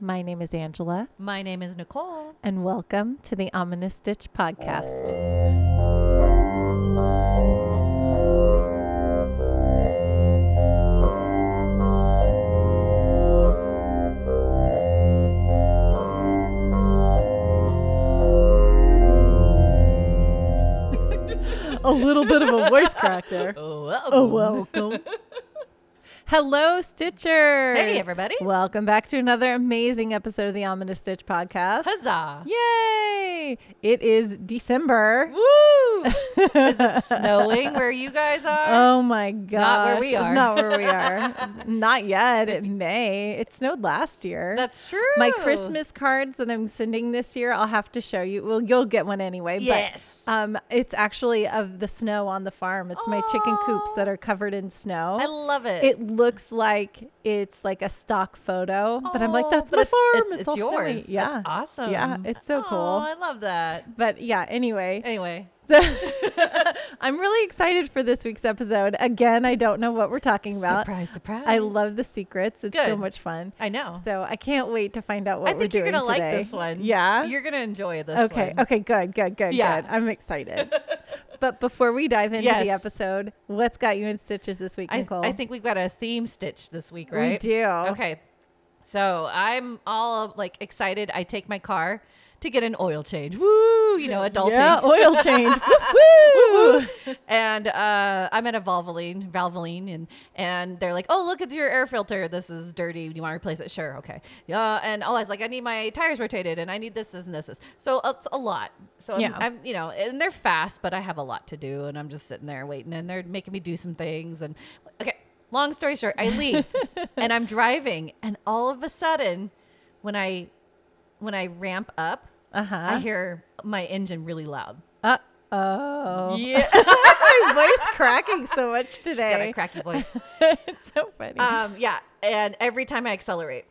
My name is Angela, My name is Nicole. and welcome to the Ominous Ditch Podcast. a little bit of a voice crack there. Welcome. Oh, welcome. Hello, Stitchers. Hey, everybody. Welcome back to another amazing episode of the Ominous Stitch podcast. Huzzah. Yay! It is December. Woo. is it snowing where you guys are? Oh my god. not where we It's are. not where we are. It's not yet. It may. It snowed last year. That's true. my Christmas cards that I'm sending this year, I'll have to show you. Well, you'll get one anyway. Yes. But um, it's actually of the snow on the farm. It's my chicken coops Oh. that are covered in snow. I love it. it looks like it's like a stock photo, but I'm like, Oh, that's but my it's- farm. It's, it's all snowy." yours. That's Yeah. awesome. Yeah, it's so oh, cool. I love that. But yeah, anyway, Anyway, I'm really excited for this week's episode. Again, I don't know what we're talking about. surprise, surprise. I love the secrets. It's so Good. much fun. I know. So I can't wait to find out what I we're think you're doing gonna like today. this one. Yeah. You're gonna enjoy this. okay. One. Okay. Good. Good. Good. Yeah. Good. I'm excited. but before we dive into Yes. the episode, what's got you in stitches this week, I, Nicole? I think we've got a theme stitch this week, we right? do. Okay. So I'm all like excited. I take my car to get an oil change. Woo! You know, adulting. Yeah. Oil change. Woo-hoo! And uh, I'm at a Valvoline, Valvoline, and and they're like, "Oh, look at your air filter. This is dirty. Do you want to replace it? Sure, okay. Yeah. And oh, I was like, I need my tires rotated, and I need this, this, and this. this. So it's a lot. So I'm, Yeah. I'm, you know, and they're fast, but I have a lot to do, and I'm just sitting there waiting, and they're making me do some things. And okay, long story short, I leave, and I'm driving, and all of a sudden, when I when I ramp up, Uh huh. I hear my engine really loud. Uh oh. Yeah. My voice cracking so much She's got today. a cracky voice. it's so funny. um, yeah, and every time I accelerate,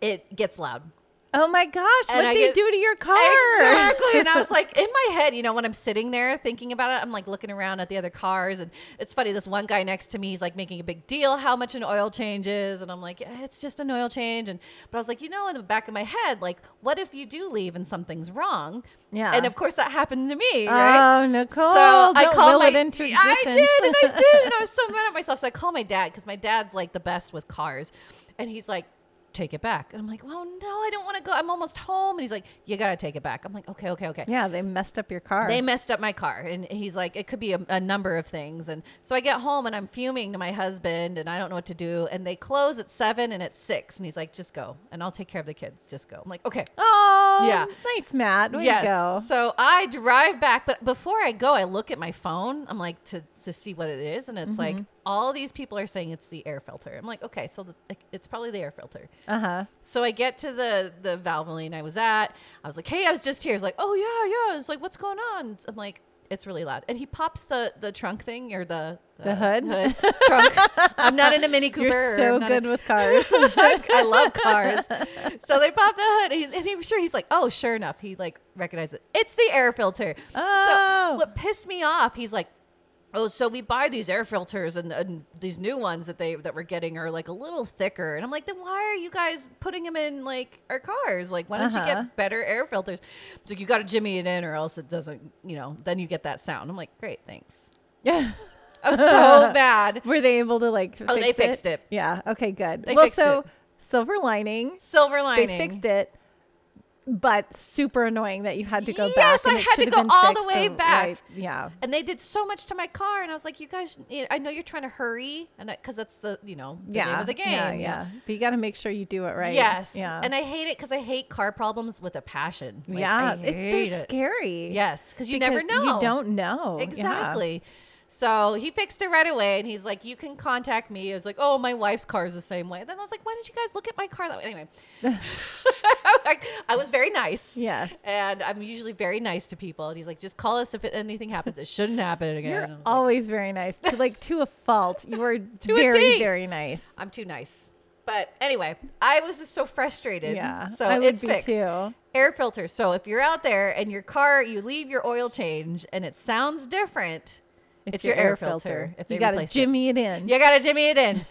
it gets loud. oh my gosh, and what I they get- do to your car? Exactly. And I was like, in my head, you know, when I'm sitting there thinking about it, I'm like looking around at the other cars. And it's funny, this one guy next to me, he's like making a big deal how much an oil change is. And I'm like, "Eh, it's just an oil change. And, but I was like, you know, in the back of my head, like, what if you do leave and something's wrong? Yeah. And of course, that happened to me, right? Oh, Nicole, so I don't called will my, it into I existence. did, and I did, and I was so mad at myself. So I called my dad because my dad's like the best with cars, and he's like, "Take it back." And I'm like, "Oh no, I don't want to go. I'm almost home." And he's like, "You gotta take it back." I'm like, "Okay, okay, okay." yeah, they messed up your car. They messed up my car, and he's like, "It could be a, a number of things." And so I get home, and I'm fuming to my husband, and I don't know what to do. And they close at seven, and at six, and he's like, "Just go, and I'll take care of the kids. Just go." I'm like, "Okay." oh, Yeah. Nice, Matt. Way yes. to go. So I drive back, but before I go, I look at my phone. I'm like to to see what it is, and it's like Mm-hmm. all these people are saying it's the air filter. I'm like, okay, so the, like, it's probably the air filter. Uh huh. So I get to the the Valvoline I was at. I was like, hey, I was just here. It's like, oh yeah, yeah. It's like, what's going on? I'm like, it's really loud. And he pops the the trunk thing or the The uh, hood? trunk. I'm not in a Mini Cooper. You're or so I'm not good in- with cars. I love cars. So they pop the hood, and he, and he was sure he's like, oh, sure enough, he like recognized it. It's the air filter. Oh. So what pissed me off, he's like. Oh, so we buy these air filters and, and these new ones that they that we're getting are like a little thicker, and I'm like, then why are you guys putting them in like our cars? Like, why don't you Uh-huh. get better air filters? It's like you got to jimmy it in, or else it doesn't, you know. Then you get that sound. I'm like, great, thanks. Yeah. I was so bad. Were they able to like? Oh, they fix fixed it. Yeah. Okay. Good. They well, fixed so it. silver lining. Silver they lining. fixed it but super annoying that you had to go Yes, back and I it had to should have go been all the fixed way back. right- yeah and they did so much to my car and i was like you guys i know you're trying to hurry and because that's the you know the yeah name of the game yeah, you know? yeah. but you got to make sure you do it right yes yeah and i hate it because i hate car problems with a passion Like, yeah I it- hate they're it. scary yes because you never because know you don't know Yeah. exactly So he fixed it right away, and he's like, "You can contact me." I was like, "Oh, my wife's car is the same way." Then I was like, "Why didn't you guys look at my car that way?" Anyway, like, I was very nice. yes and I'm usually very nice to people. And he's like, "Just call us if it, anything happens. It shouldn't happen again." you're And I was like, always very nice to like to a fault you are a very T. very nice I'm too nice. But anyway, I was just so frustrated. yeah So i would it's be fixed. too Air filter. So if you're out there and your car, you leave your oil change and it sounds different, it's, your, air filter. If they you gotta replace jimmy it, in it. You gotta jimmy it in.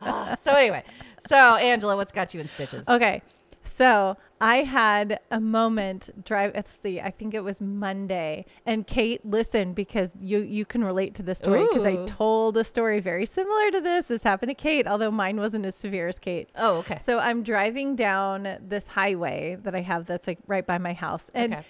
Ah, so anyway, So, Angela, what's got you in stitches? Okay. So I had a moment drive. It's the I think it was Monday, and Kate, listen because you you can relate to this story because I Ooh. told a story very similar to this. This happened to Kate, although mine wasn't as severe as Kate's. Oh, okay. So I'm driving down this highway that I have that's like right by my house, and okay.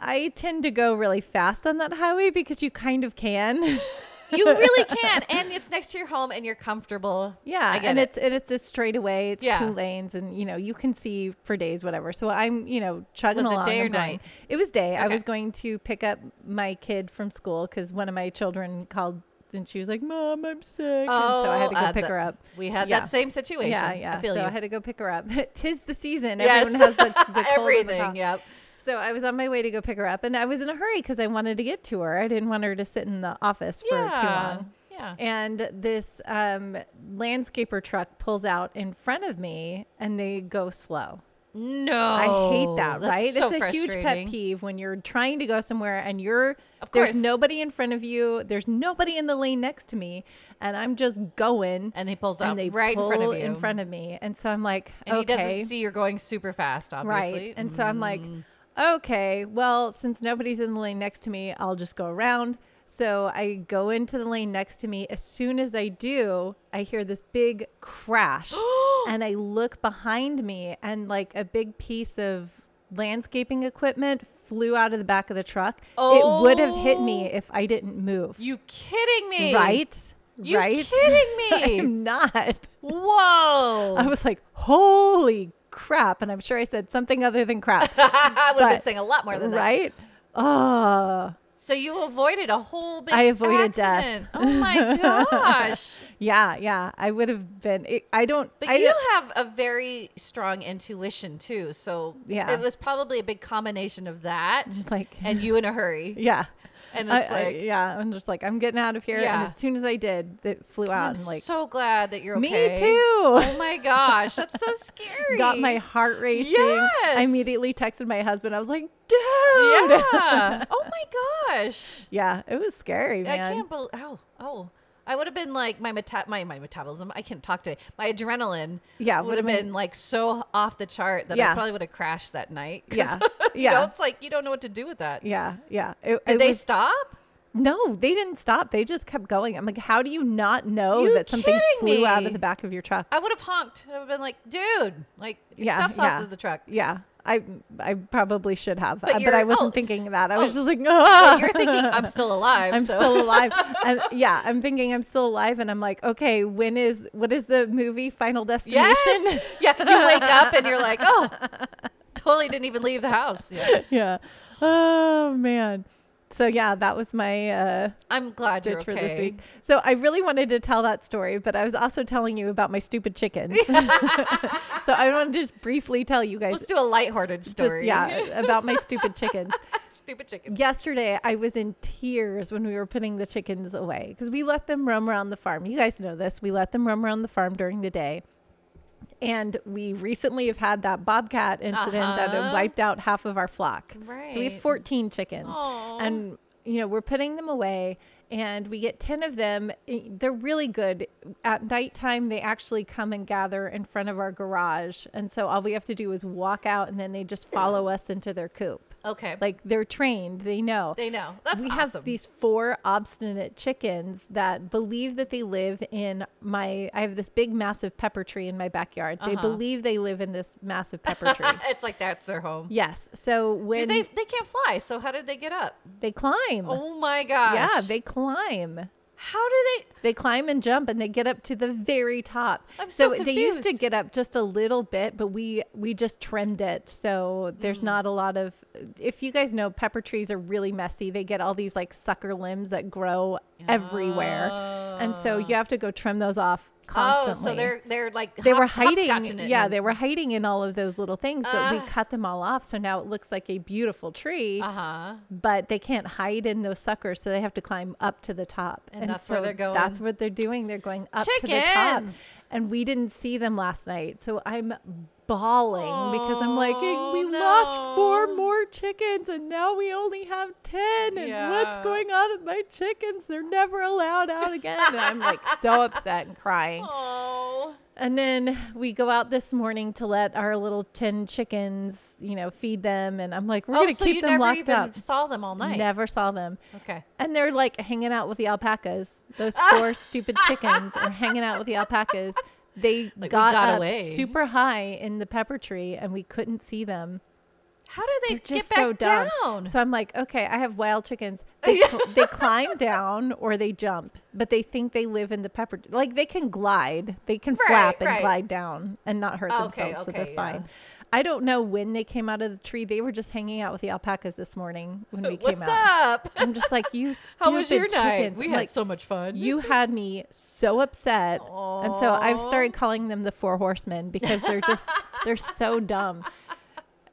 I tend to go really fast on that highway because you kind of can. you really can, and it's next to your home, and you're comfortable. Yeah, I get and it. it's and it's a straightaway. It's Yeah. two lanes, and you know you can see for days, whatever. So I'm you know chugging Was it along. day I'm or going- night? It was day. I Okay. was going to pick up my kid from school because one of my children called and she was like, "Mom, I'm sick," and so I had to go uh, pick the- her up. We had Yeah. that same situation. Yeah, yeah. I feel so you. I had to go pick her up. Tis the season. Yes. Everyone has the, the cold and the cough. Everything. Yep. So I was on my way to go pick her up, and I was in a hurry because I wanted to get to her. I didn't want her to sit in the office for too Yeah. long. Yeah. And this um, landscaper truck pulls out in front of me and they go slow. No. I hate that, Oh, that's right? so it's a huge pet frustrating. peeve when you're trying to go somewhere and you're Of there's course. nobody in front of you, there's nobody in the lane next to me, and I'm just going And he pulls out and they right in pull front of you. in front of me. And so I'm like, and okay. he doesn't see you're going super fast, obviously. Mm. Right. And so I'm like, okay, well, since nobody's in the lane next to me, I'll just go around. So I go into the lane next to me. As soon as I do, I hear this big crash and I look behind me and like a big piece of landscaping equipment flew out of the back of the truck. It would have hit me if I didn't move. you kidding me? Right? You right? kidding me? I'm not. Whoa. I was like, holy crap. And I'm sure I said something other than crap. I would have been but- saying a lot more than that. right? Oh, So you avoided a whole big I avoided death. accident. Oh my gosh. yeah, yeah. I would have been. It, I don't. But I you don't- have a very strong intuition too. So Yeah. it was probably a big combination of that It's like, and you in a hurry. yeah. And I, it's I- like yeah. I'm just like, I'm getting out of here. Yeah. And as soon as I did, it flew out I'm and like, so glad that you're me okay. too. Oh my gosh, that's so scary. Got my heart racing. Yes. I immediately texted my husband. I was like, dude. yeah. Oh my gosh. Yeah, It was scary, man. I can't believe. Oh, oh. I would have been like my meta- my my metabolism. I can't talk today. My adrenaline. Yeah, would would've have been- been, like so off the chart that I Yeah. probably would have crashed that night. 'Cause, Yeah. you Yeah. know, it's like you don't know what to do with that. yeah. Yeah. It, Did it they was- stop? no, they didn't stop. They just kept going. I'm like, how do you not know You that something kidding flew out me. of the back of your truck? I would have honked. I would have been like, dude, like your Yeah, stuff's yeah. off of the truck. Yeah, I I probably should have, But uh, but, you're- I wasn't oh, thinking that. I was oh, just like, But ah, you're thinking I'm still alive. I'm so. still alive. and yeah, I'm thinking I'm still alive, and I'm like, okay, when is what is the movie Final Destination? Yes. yeah. You wake up and you're like, oh, totally didn't even leave the house. Yeah. yeah. Oh man. So yeah, that was my uh, I'm glad ditch you're okay. for this week. So I really wanted to tell that story, but I was also telling you about my stupid chickens. so I want to just briefly tell you guys, Let's do a lighthearted just story. yeah, about my stupid chickens. Stupid chicken. Yesterday, I was in tears when we were putting the chickens away because we let them roam around the farm. You guys know this. We let them roam around the farm during the day. And we recently have had that bobcat incident that Uh-huh. had wiped out half of our flock. So we have Right. 14 chickens. Aw. And, you know, we're putting them away and we get 10 of them. They're really good. At nighttime, they actually come and gather in front of our garage. And so all we have to do is walk out and then they just follow us into their coop. Okay. Like they're trained, they know. they know. That's we awesome. have these four obstinate chickens that believe that they live in my I have this big massive pepper tree in my backyard. Uh-huh. They believe they live in this massive pepper tree. it's like that's their home. yes. So when Do they they can't fly, so how did they get up? they climb. Oh my gosh. yeah, they climb. How do they They climb and jump and they get up to the very top. I'm so they used to confused. get up just a little bit, but we we just trimmed it. So there's Mm. not a lot of if you guys know pepper trees are really messy. They get all these like sucker limbs that grow everywhere. And so you have to go trim those off constantly. Oh, so they're they're like they were hop- hiding. hopscotching it Yeah, and- they were hiding in all of those little things, but we Ah. cut them all off. So now it looks like a beautiful tree uh-huh. but they can't hide in those suckers, so they have to climb up to the top. And that's where they're going. That's what they're doing. They're going up to the top. Chickens! And we didn't see them last night, so I'm bawling because I'm like, Oh, we lost four no. more chickens, and now we only have ten. And what's Yeah. going on with my chickens? They're never allowed out again. and I'm like so upset and crying. Oh. And then we go out this morning to let our little tin chickens, you know, feed them. And I'm like, we're oh, going to so keep you them never locked even up. saw them all night. Never saw them. Okay. And they're like hanging out with the alpacas. Those four stupid chickens are hanging out with the alpacas. They we got, got up away. super high in the pepper tree and we couldn't see them. How do they They're just get back so dumb. down? So I'm like, okay, I have wild chickens. They, cl- they climb down or they jump, but they think they live in the pepper. Like they can glide, they can Right, flap and right. glide down and not hurt Okay, themselves, so they're okay, yeah. fine. I don't know when they came out of the tree. They were just hanging out with the alpacas this morning when we came What's out. up? I'm just like, you How stupid was your chickens. night? We I'm had like, so much fun. you had me so upset. And so I've Aw. started calling them the four horsemen because they're just they're so dumb.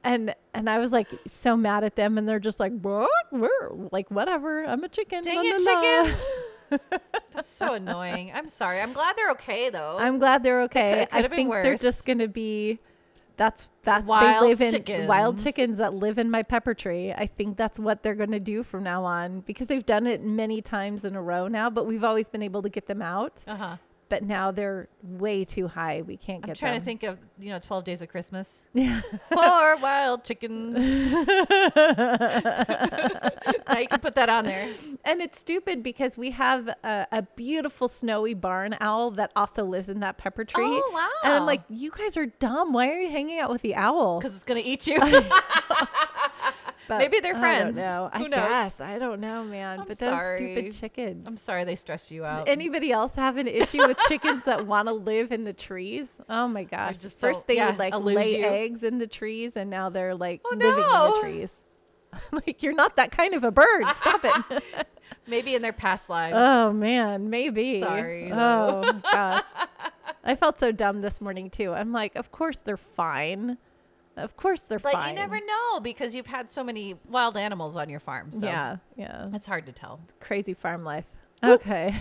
And and I was like so mad at them and they're just like, what? We're like whatever. I'm a chicken. Dang la, it, la, la." chickens. That's so annoying. I'm sorry. I'm glad they're okay though. I'm glad they're could- okay. Oh. it I could've been think they're worse. just gonna be that's that Wild they live in wild chickens. chickens that live in my pepper tree. I think that's what they're gonna do from now on because they've done it many times in a row now, but we've always been able to get them out. uh-huh. but now they're way too high. We can't get I'm trying them. to think of you know 12 days of Christmas. Four wild chickens. now you can put that on there. And it's stupid because we have a, a beautiful snowy barn owl that also lives in that pepper tree. Oh, wow. And I'm like, you guys are dumb. Why are you hanging out with the owl? Because it's gonna eat you. But maybe they're friends. I don't know. Who I knows? guess I don't know, man. I'm but those sorry. stupid chickens. I'm sorry they stressed you Does out. anybody else have an issue with chickens that want to live in the trees? Oh my gosh! just First don't- they yeah, would like elude lay you. eggs in the trees, and now they're like Oh, living in the no. trees. like you're not that kind of a bird. Stop it. Maybe in their past lives. oh man, maybe. Sorry, though. Oh gosh, I felt so dumb this morning too. I'm like, of course they're fine. Of course they're but fine. you never know because you've had so many wild animals on your farm. So Yeah, yeah. it's hard to tell. Crazy farm life. Okay.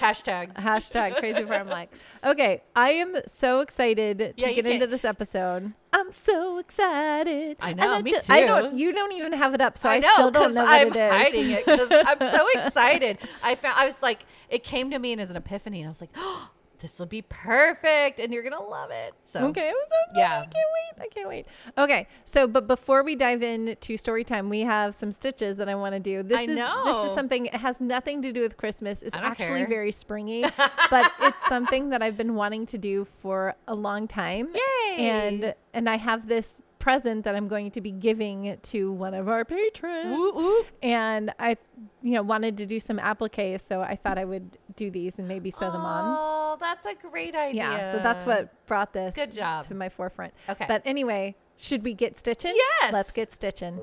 Hashtag. Hashtag crazy farm life. Okay, I am so excited to Yeah, you get into can't- this episode. I'm so excited. I And know, me ju- I don't. too. You don't even have it up, so I, I know, still don't 'cause know what I'm it is. hiding it because I'm so excited. I found I was like, it came to me and as an epiphany, and I was like, oh, this would be perfect, and you're gonna love it. So Okay, I'm so excited. Yeah. I can't wait. I can't wait. Okay, so but before we dive into story time, we have some stitches that I want to do. This I is this know. is something it has nothing to do with Christmas. It's I don't actually care. very springy, but it's something that I've been wanting to do for a long time. Yay! And and I have this present that I'm going to be giving to one of our patrons. Ooh, ooh. And I you know wanted to do some applique, so I thought I would do these and maybe sew them on. Oh, that's a great idea. Yeah, so that's what brought this Good job. to my forefront. Okay. But anyway, should we get stitching? Yes. Let's get stitching.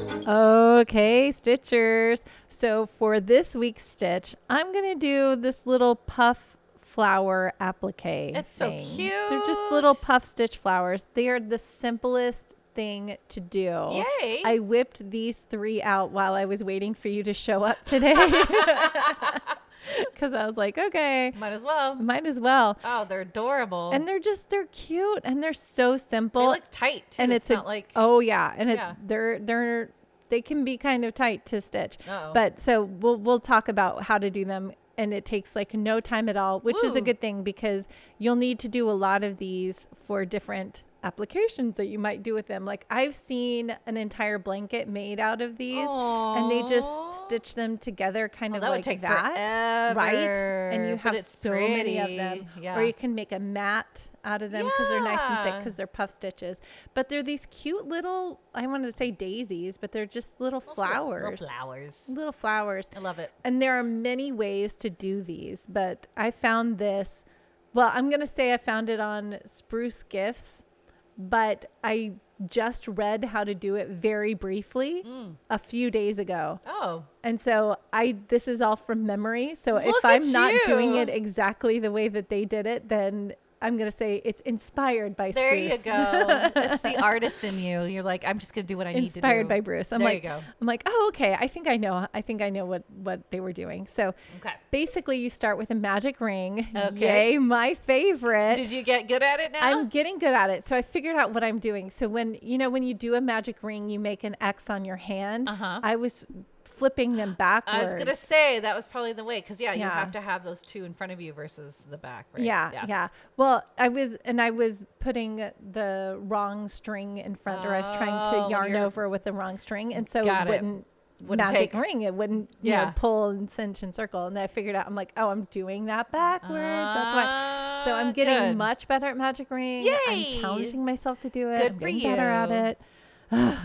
Okay, stitchers. So for this week's stitch, I'm going to do this little puff flower applique. It's so thing. They're just cute. little puff stitch flowers. They are the simplest thing to do. Yay. I whipped these three out while I was waiting for you to show up today. Cuz I was like, okay, Might as well. might as well. Oh, they're adorable. Mm. And they're just they're cute and they're so simple they look tight. too. and it's, a, not like oh yeah and it, Yeah. they're they're they can be kind of tight to stitch Uh-oh. but so we'll we'll talk about how to do them and it takes like no time at all which is a Ooh. good thing because you'll need to do a lot of these for different applications that you might do with them like i've seen an entire blanket made out of these and they Aw. just stitch them together kind Oh, of that would like take that right and forever, you but have it's so many of them pretty. Yeah. or you can make a mat out of them because they're nice and thick Yeah. because they're puff stitches. But they're these cute little, I wanted to say daisies, but they're just little, flowers. Little flowers. Little flowers. I love it. And there are many ways to do these, but I found this. Well, I'm going to say I found it on Spruce Gifts, but I just read how to do it very briefly Mm. a few days ago. Oh, And so I this is all from memory. So if Look I'm at not doing you. it exactly the way that they did it, then I'm going to say it's inspired by There you Spruce. go. it's the artist in you. You're like, I'm just gonna do what I need to do. inspired by Bruce. I'm There you like, go. I'm like, oh, okay. I think I know. I think I know what what they were doing. So Okay. basically, you start with a magic ring. Okay. Yay, my favorite. Did you get good at it now? I'm getting good at it. So I figured out what I'm doing. So when you know when you do a magic ring, you make an X on your hand. Uh-huh. I was flipping them backwards. I was gonna say that was probably the way because yeah, you Yeah. have to have those two in front of you versus the back, right? Yeah, yeah, Well, I was, and I was putting the wrong string in front, or I was trying Oh, to when yarn you're- over with the wrong string, and so Got it it. wouldn't, Wouldn't magic take. ring. It wouldn't, you know, Yeah. pull and cinch and circle. And then I figured out, I'm like, oh, I'm doing that backwards. That's why. So Ah, I'm getting good. much better at magic ring. Yay! I'm challenging myself to do it. Good I'm for getting better at you. it.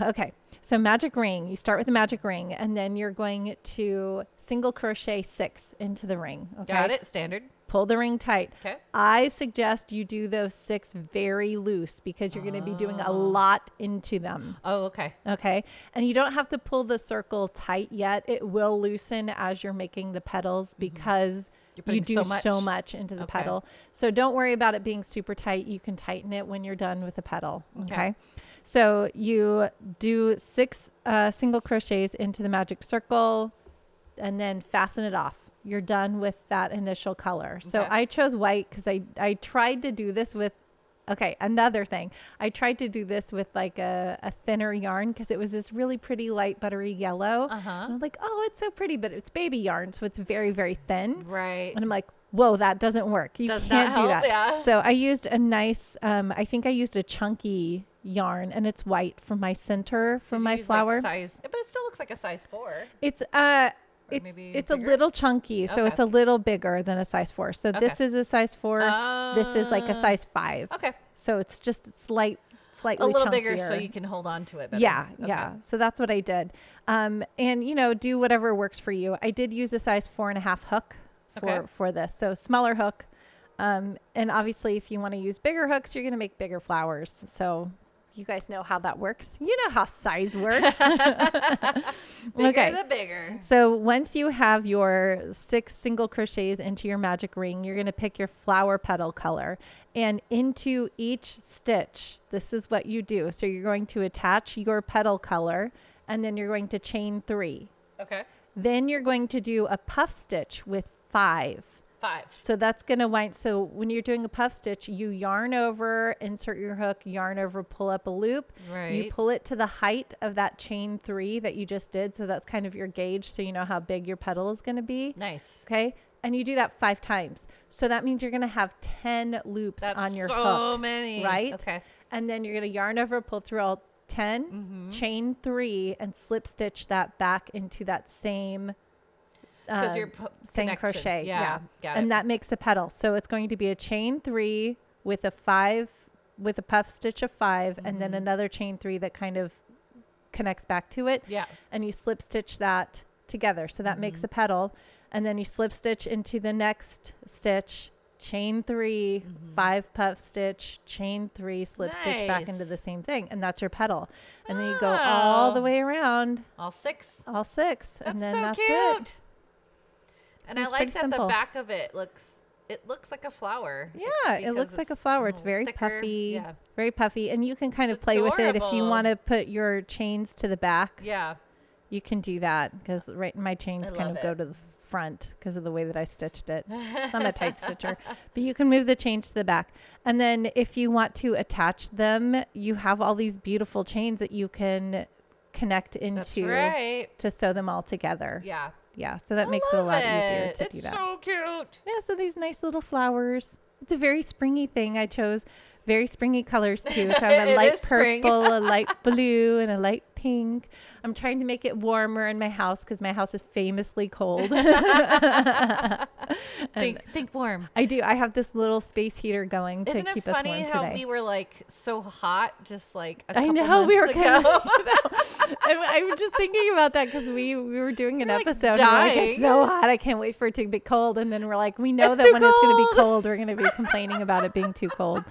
okay. So magic ring. You start with a magic ring, and then you're going to single crochet six into the ring. Okay. Got it. Standard. Pull the ring tight. Okay. I suggest you do those six very loose because you're going to be doing a lot into them. Oh, okay. Okay. And you don't have to pull the circle tight yet. It will loosen as you're making the petals because you Mm-hmm. putting do so so much, much. into the Okay. petal. So don't worry about it being super tight. You can tighten it when you're done with the petal. Okay. Okay. So you do six uh, single crochets into the magic circle and then fasten it off. You're done with that initial color. So Okay. I chose white because I, I tried to do this with Okay, another thing. I tried to do this with like a, a thinner yarn because it was this really pretty light buttery yellow. Uh-huh. And I'm like, oh, it's so pretty, but it's baby yarn, so it's very, very thin. Right. And I'm like, whoa, that doesn't work. You Does not can't do that. help, yeah. So I used a nice, um, I think I used a chunky yarn and it's white from my center Did from you my use, like, flower. size, but it still looks like a size four. It's uh it's maybe it's a bigger? little chunky, so Okay. it's a little bigger than a size four. So this is a size four. this is like a Ah, size five. Okay. So it's just slight, slightly A little bigger, so chunkier. you can hold on to it. Better. Yeah, Okay. yeah. So that's what I did. Um, and you know, do whatever works for you. I did use a size four and a half hook for Okay. for this, so smaller hook. Um, and obviously, if you want to use bigger hooks, you're going to make bigger flowers. So you guys know how that works. You know how size works. Bigger the bigger. So once you have your six single crochets into your magic ring, you're going to pick your flower petal color. And into each stitch, this is what you do. So you're going to attach your petal color and then you're going to chain three. Okay. Then you're going to do a puff stitch with five. Five. So that's going to wind. So when you're doing a puff stitch, you yarn over, insert your hook, yarn over, pull up a loop. You Right. pull it to the height of that chain three that you just did. So that's kind of your gauge. So you know how big your petal is going to be. Nice. Okay. And you do that five times. So that means you're going to have 10 loops That's on your so hook. many. right? Okay. And then you're going to yarn over, pull through all 10, Mm-hmm. chain three, and slip stitch that back into that same. Because uh, you're pu- same connection. crochet. Yeah. Yeah. Got it. and that makes a petal. So it's going to be a chain three with a five, with a puff stitch of 5 and Mm-hmm. then another chain three that kind of connects back to it. yeah. And you slip stitch that together. So that makes Mm-hmm. a petal. And then you slip stitch into the next stitch, chain 3 Mm-hmm. five puff stitch, chain three, slip stitch back into Nice. the same thing. And that's your petal. And then you go all the Oh. way around, All six. all six. That's and then so that's cute. it. And So I it's like pretty that simple. the back of it looks it looks like a flower. Yeah, it because looks like a it's flower. a It's little very thicker. puffy. Yeah. Very puffy. And you can kind It's of play with it if you adorable. want to put your chains to the back. Yeah. You can do that because right my chains I kind of love go it. to the front because of the way that I stitched it. I'm a tight stitcher, but you can move the chains to the back. And then if you want to attach them, you have all these beautiful chains that you can connect That's into right. to sew them all together. Yeah, Yeah. so that I makes it a love lot easier to it's do that. so cute. Yeah, so these nice little flowers. It's a very springy thing. I chose very springy colors too. So I have a It light is spring. purple, a light blue, and a light pink. I'm trying to make it warmer in my house because my house is famously cold. Think think warm. I do. I have this little space heater going to Isn't it keep us funny warm how today. we were like so hot just like a I couple know, we months were ago? kinda- I, I was just thinking about that because we, we were doing an You're, like, episode. and we're like, it's so dying." hot. I can't wait for it to be cold. And then we're like, we know It's that too when it's going to be cold. cold, we're going to be complaining about it being too cold.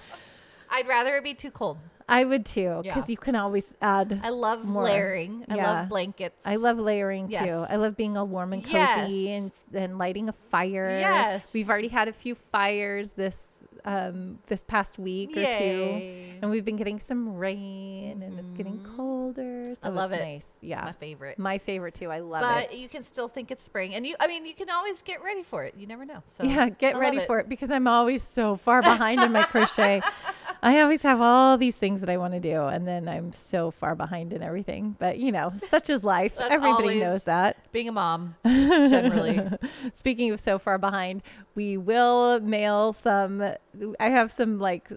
I'd rather it be too cold. I would too, because Yeah. you can always add. I love More. layering. I Yeah. love blankets. I love layering too. Yes. I love being all warm and cozy Yes. and, s- and lighting a fire. Yes. We've already had a few fires this um, this past week or Yay. Mm-hmm. two, and we've been getting some rain, and it's getting colder. So love it's it. Nice, yeah, my favorite. My favorite too. I love it. but you can still think it's spring, and you—I mean—you can always get ready for it. You never know. So Yeah, get I ready love it. for it because I'm always so far behind in my crochet. I always have all these things that I want to do, and then I'm so far behind in everything. But you know, such is life. That's Everybody always- knows that. Being a mom, generally, Speaking of so far behind, we will mail some. I have some like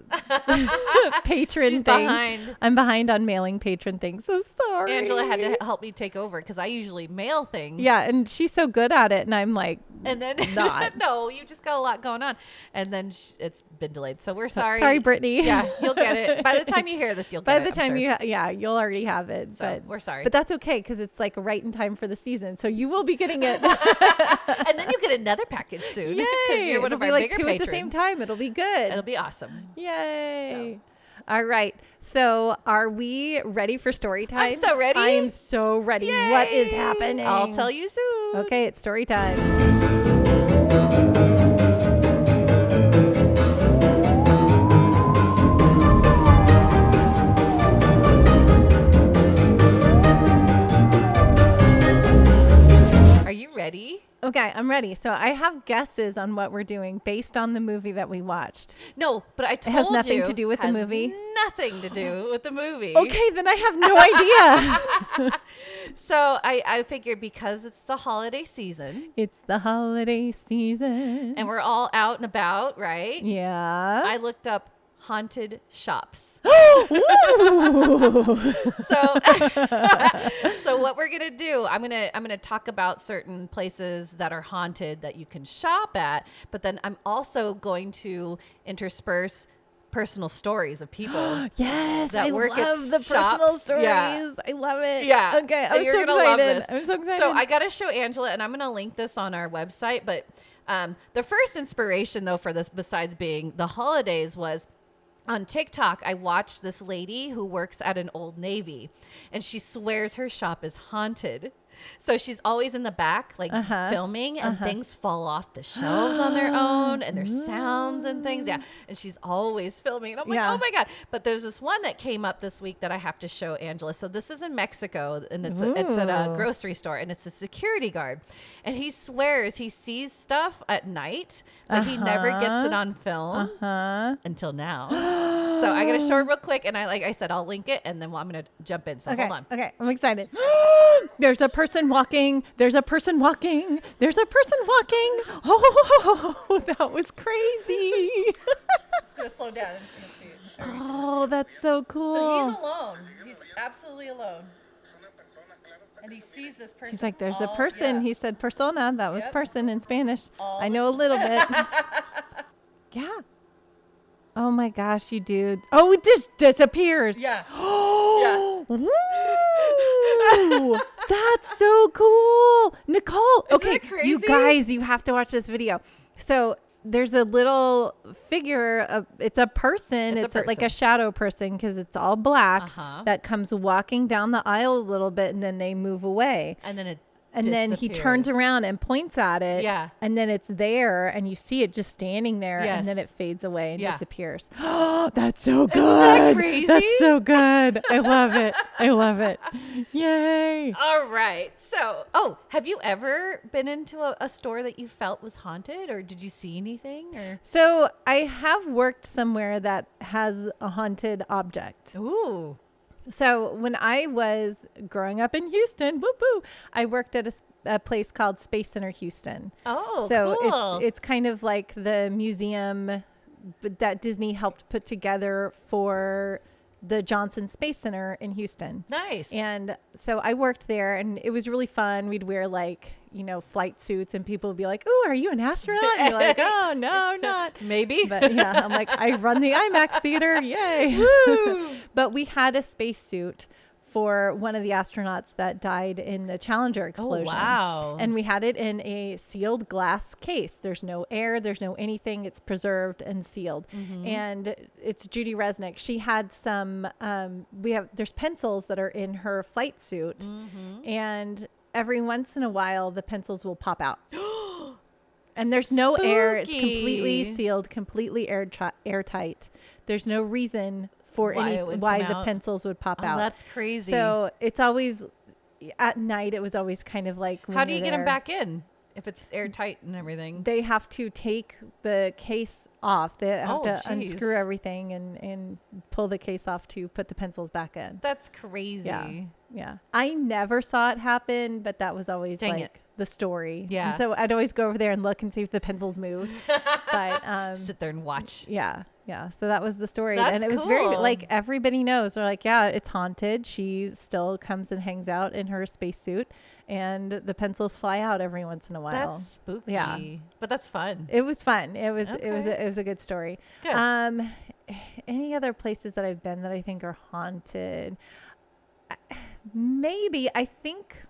patron She's things. behind. I'm behind on mailing patron things. So sorry. Angela had to help me take over because I usually mail things. Yeah, and she's so good at it, and I'm like, and then Not. no, you just got a lot going on, and then sh- it's been delayed. So we're sorry. sorry, Brittany. Yeah, you'll get it by the time you hear this. You'll By get the it, I'm time sure. you, ha- yeah, you'll already have it. So but we're sorry. But that's okay because it's like right in time for the season. So you will be getting it. and then you'll get another package soon Yay! because you're one It'll of be our like bigger two patrons. at the same time. It'll be good. It'll be awesome. Yay! All right. So are we ready for story time? so ready. I am so ready. What is happening? I'll tell you soon. Okay, it's story time. Are you ready? Okay, I'm ready. So I have guesses on what we're doing based on the movie that we watched. No, but I told has nothing you, to do with the has movie? Nothing to do with the movie. Okay, then I have no idea. So I, I figured because it's the holiday season it's the holiday season. and we're all out and about, right? yeah. I looked up haunted shops. Ooh. So so what we're going to do, I'm going to I'm going to talk about certain places that are haunted that you can shop at, but then I'm also going to intersperse personal stories of people Yes, that I work at love the personal shops. stories. Yeah. I love it. Yeah. Okay, And I'm you're so gonna love excited. this. I'm so excited. So I got to show Angela, and I'm going to link this on our website. But um, the first inspiration, though, for this, besides being the holidays, was on TikTok. I watched this lady who works at an Old Navy, and she swears her shop is haunted. So she's always in the back, like Uh-huh. filming, and things fall off the shelves on their own, and there's sounds and things. Yeah. And she's always filming. And I'm like, Yeah. oh my God. But there's this one that came up this week that I have to show Angela. So this is in Mexico, and it's, it's at a Ooh. grocery store, and it's a security guard. And he swears he sees stuff at night, but he never gets Uh-huh. it on film huh? until now. so I gotta show her real quick, and I like I said, I'll link it, and then well, I'm gonna jump in. So Okay. hold on. Okay. I'm excited. There's a person walking. There's a person walking. There's a person walking. Oh, that was crazy. It's gonna slow down. It's gonna see it. oh, that's so cool. So he's alone. He's absolutely alone. And he sees this person. He's like, there's a all- person. Oh, yeah. He said persona. That was Yep. person in Spanish. All I the know a little bit. yeah. Oh my gosh, you do. Oh, it just disappears. Yeah. Oh. Woo. That's so cool. Nicole. Isn't okay. it You crazy? guys, you have to watch this video. So there's a little figure. Of, it's a person. It's a It's, a- like person. a shadow person because it's all black Uh-huh. that comes walking down the aisle a little bit and then they move away And then it. and then he turns disappears. around and points at it. Yeah. And then it's there and you see it just standing there and then Yes. it fades away and Yeah. disappears. Oh, that's so good. that That's crazy? so good. I love it. I love it. Yay. All right. So, oh, have you ever been into a, a store that you felt was haunted, or did you see anything? Or So I have worked somewhere that has a haunted object. ooh, So when I was growing up in Houston, whoop woo, I worked at a, s- a place called Space Center Houston. oh, so cool. it's it's kind of like the museum b- that Disney helped put together for the Johnson Space Center in Houston. nice. And so I worked there and it was really fun. We'd wear like, you know, flight suits and people would be like, Oh, are you an astronaut? And you're like, Oh no, I'm not. maybe. But yeah, I'm like, I run the IMAX theater. Yay. but we had a spacesuit for one of the astronauts that died in the Oh, Challenger explosion. wow. And we had it in a sealed glass case. There's no air, there's no anything. It's preserved and sealed. Mm-hmm. And it's Judy Resnick. She had some, um, we have, there's pencils that are in her flight suit. Mm-hmm. And every once in a while, the pencils will pop out. And there's no air. It's completely Spooky. sealed, completely air tri- airtight. There's no reason for Why any it would why come the out. pencils would pop Oh, out. that's crazy. So it's always at night. It was always kind of like when how do you're you get them there, back in if it's airtight and everything? They have to take the case off. They have Oh, to jeez. unscrew everything and and pull the case off to put the pencils back in. That's crazy. Yeah. Yeah. I never saw it happen, but that was always Dang like it. the story. Yeah. And so I'd always go over there and look and see if the pencils moved. but um Sit there and watch. yeah. Yeah. So that was the story. and it That's was very cool. like everybody knows. They're like, yeah, it's haunted. She still comes and hangs out in her spacesuit and the pencils fly out every once in a while. That's spooky. yeah. But that's fun. it was fun. It was it was Okay. a, it was a good story. Good. Um any other places that I've been that I think are haunted? I- Maybe I think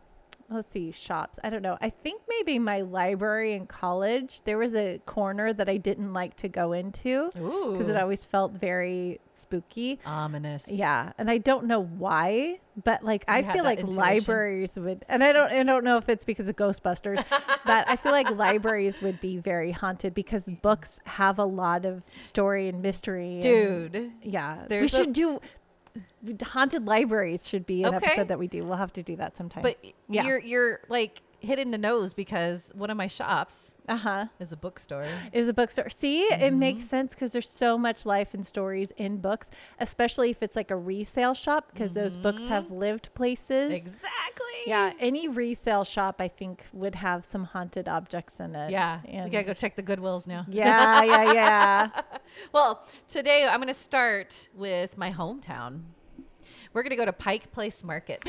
let's see shops. I don't know. I think maybe my library in college there was a corner that I didn't like to go into Ooh. because it always felt very spooky. ominous. Yeah, and I don't know why, but like I You had feel that like intuition. libraries would, and I don't, I don't know if it's because of Ghostbusters, but I feel like libraries would be very haunted because books have a lot of story and mystery. and- Dude. yeah, we There's a- should do haunted libraries should be an Okay. episode that we do. We'll have to do that sometime. But Yeah. you're you're like hitting the nose because one of my shops uh huh, is a bookstore. is a bookstore. See, it Mm-hmm. makes sense because there's so much life and stories in books, especially if it's like a resale shop because those books Mm-hmm. have lived places. Exactly. Yeah, any resale shop I think would have some haunted objects in it. Yeah. we and gotta go check the Goodwills now. yeah, yeah, yeah. Well, today I'm gonna start with my hometown. We're gonna go to Pike Place Market.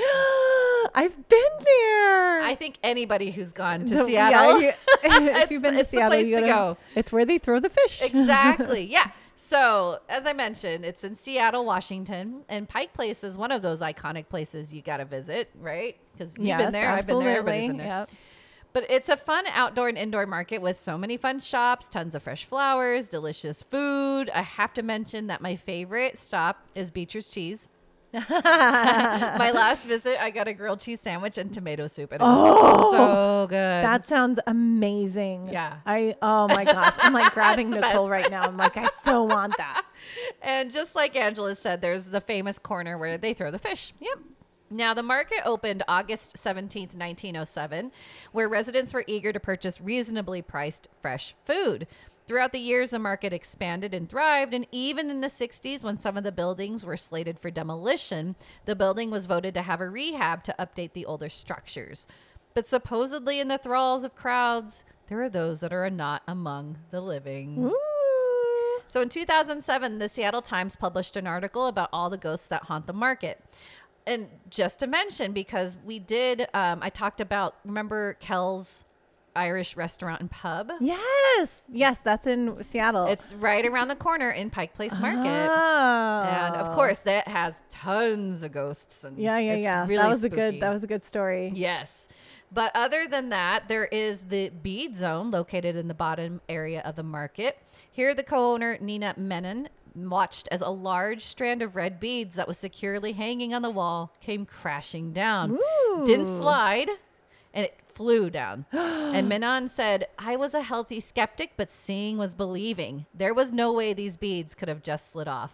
I've been there. I think anybody who's gone to The- yeah, Seattle. you- if It's- you've been to it's the Seattle, place you to gotta, go. It's where they throw the fish. exactly. Yeah. So, as I mentioned, it's in Seattle, Washington, and Pike Place is one of those iconic places you got to visit, right? Because you've Yes, been there, absolutely. I've been there, everybody's been there. Yep. But it's a fun outdoor and indoor market with so many fun shops, tons of fresh flowers, delicious food. I have to mention that my favorite stop is Beecher's Cheese. my last visit, I got a grilled cheese sandwich and tomato soup, and it was so good. That sounds amazing. Yeah. I oh my gosh. I'm like grabbing the Nicole best. right now. I'm like, I so want that. and just like Angela said, there's the famous corner where they throw the fish. Yep. Now, the market opened August 17th, 1907, where residents were eager to purchase reasonably priced fresh food. Throughout the years, the market expanded and thrived, and even in the 60s, when some of the buildings were slated for demolition, the building was voted to have a rehab to update the older structures. But supposedly, in the thralls of crowds, there are those that are not among the living. Ooh. So in 2007, the Seattle Times published an article about all the ghosts that haunt the market. And just to mention, because we did, um, I talked about, remember Kell's Irish restaurant and pub? Yes. Yes, that's in Seattle. It's right around the corner in Pike Place Market. Oh. And of course, that has tons of ghosts. And Yeah, yeah, it's yeah. Really that was a spooky. good that was a good story. Yes. But other than that, there is the bead zone located in the bottom area of the market. Here, the co owner, Nina Menon, watched as a large strand of red beads that was securely hanging on the wall came crashing down. Didn't slide, and it flew down. and Menon said, I was a healthy skeptic, but seeing was believing. There was no way these beads could have just slid off.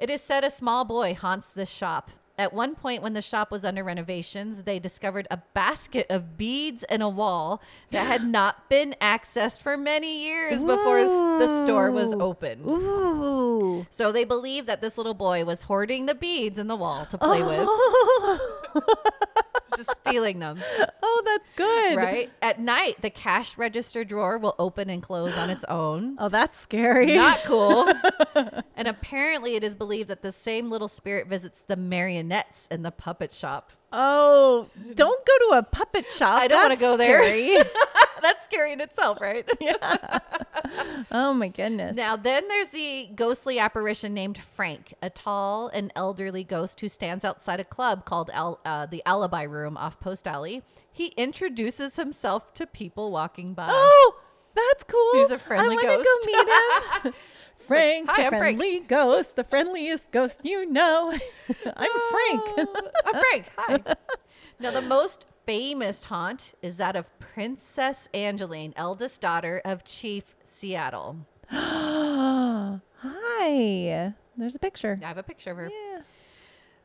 It is said a small boy haunts this shop. At one point, when the shop was under renovations, they discovered a basket of beads in a wall that had not been accessed for many years before the store was Ooh. opened. Ooh. So they believe that this little boy was hoarding the beads in the wall to play with, just stealing them, oh, that's good. right? At night, the cash register drawer will open and close on its own. Oh, that's scary. Not cool. and apparently, it is believed that the same little spirit visits the marionettes in the puppet shop. oh, don't go to a puppet shop. I don't wanna That's go there. scary. That's scary in itself, right? oh my goodness. Now, then there's the ghostly apparition named Frank, a tall and elderly ghost who stands outside a club called Al- uh, the Alibi Room off Post Alley. He introduces himself to people walking by. Oh, that's cool. He's a friendly I wanna ghost. go meet him. Frank, "Hi, the I'm Frank." friendly ghost, the friendliest ghost you know. I'm Frank. I'm Frank. Hi. Now, the most famous haunt is that of Princess Angeline, eldest daughter of Chief Seattle. Hi. There's a picture. I have a picture of her. Yeah.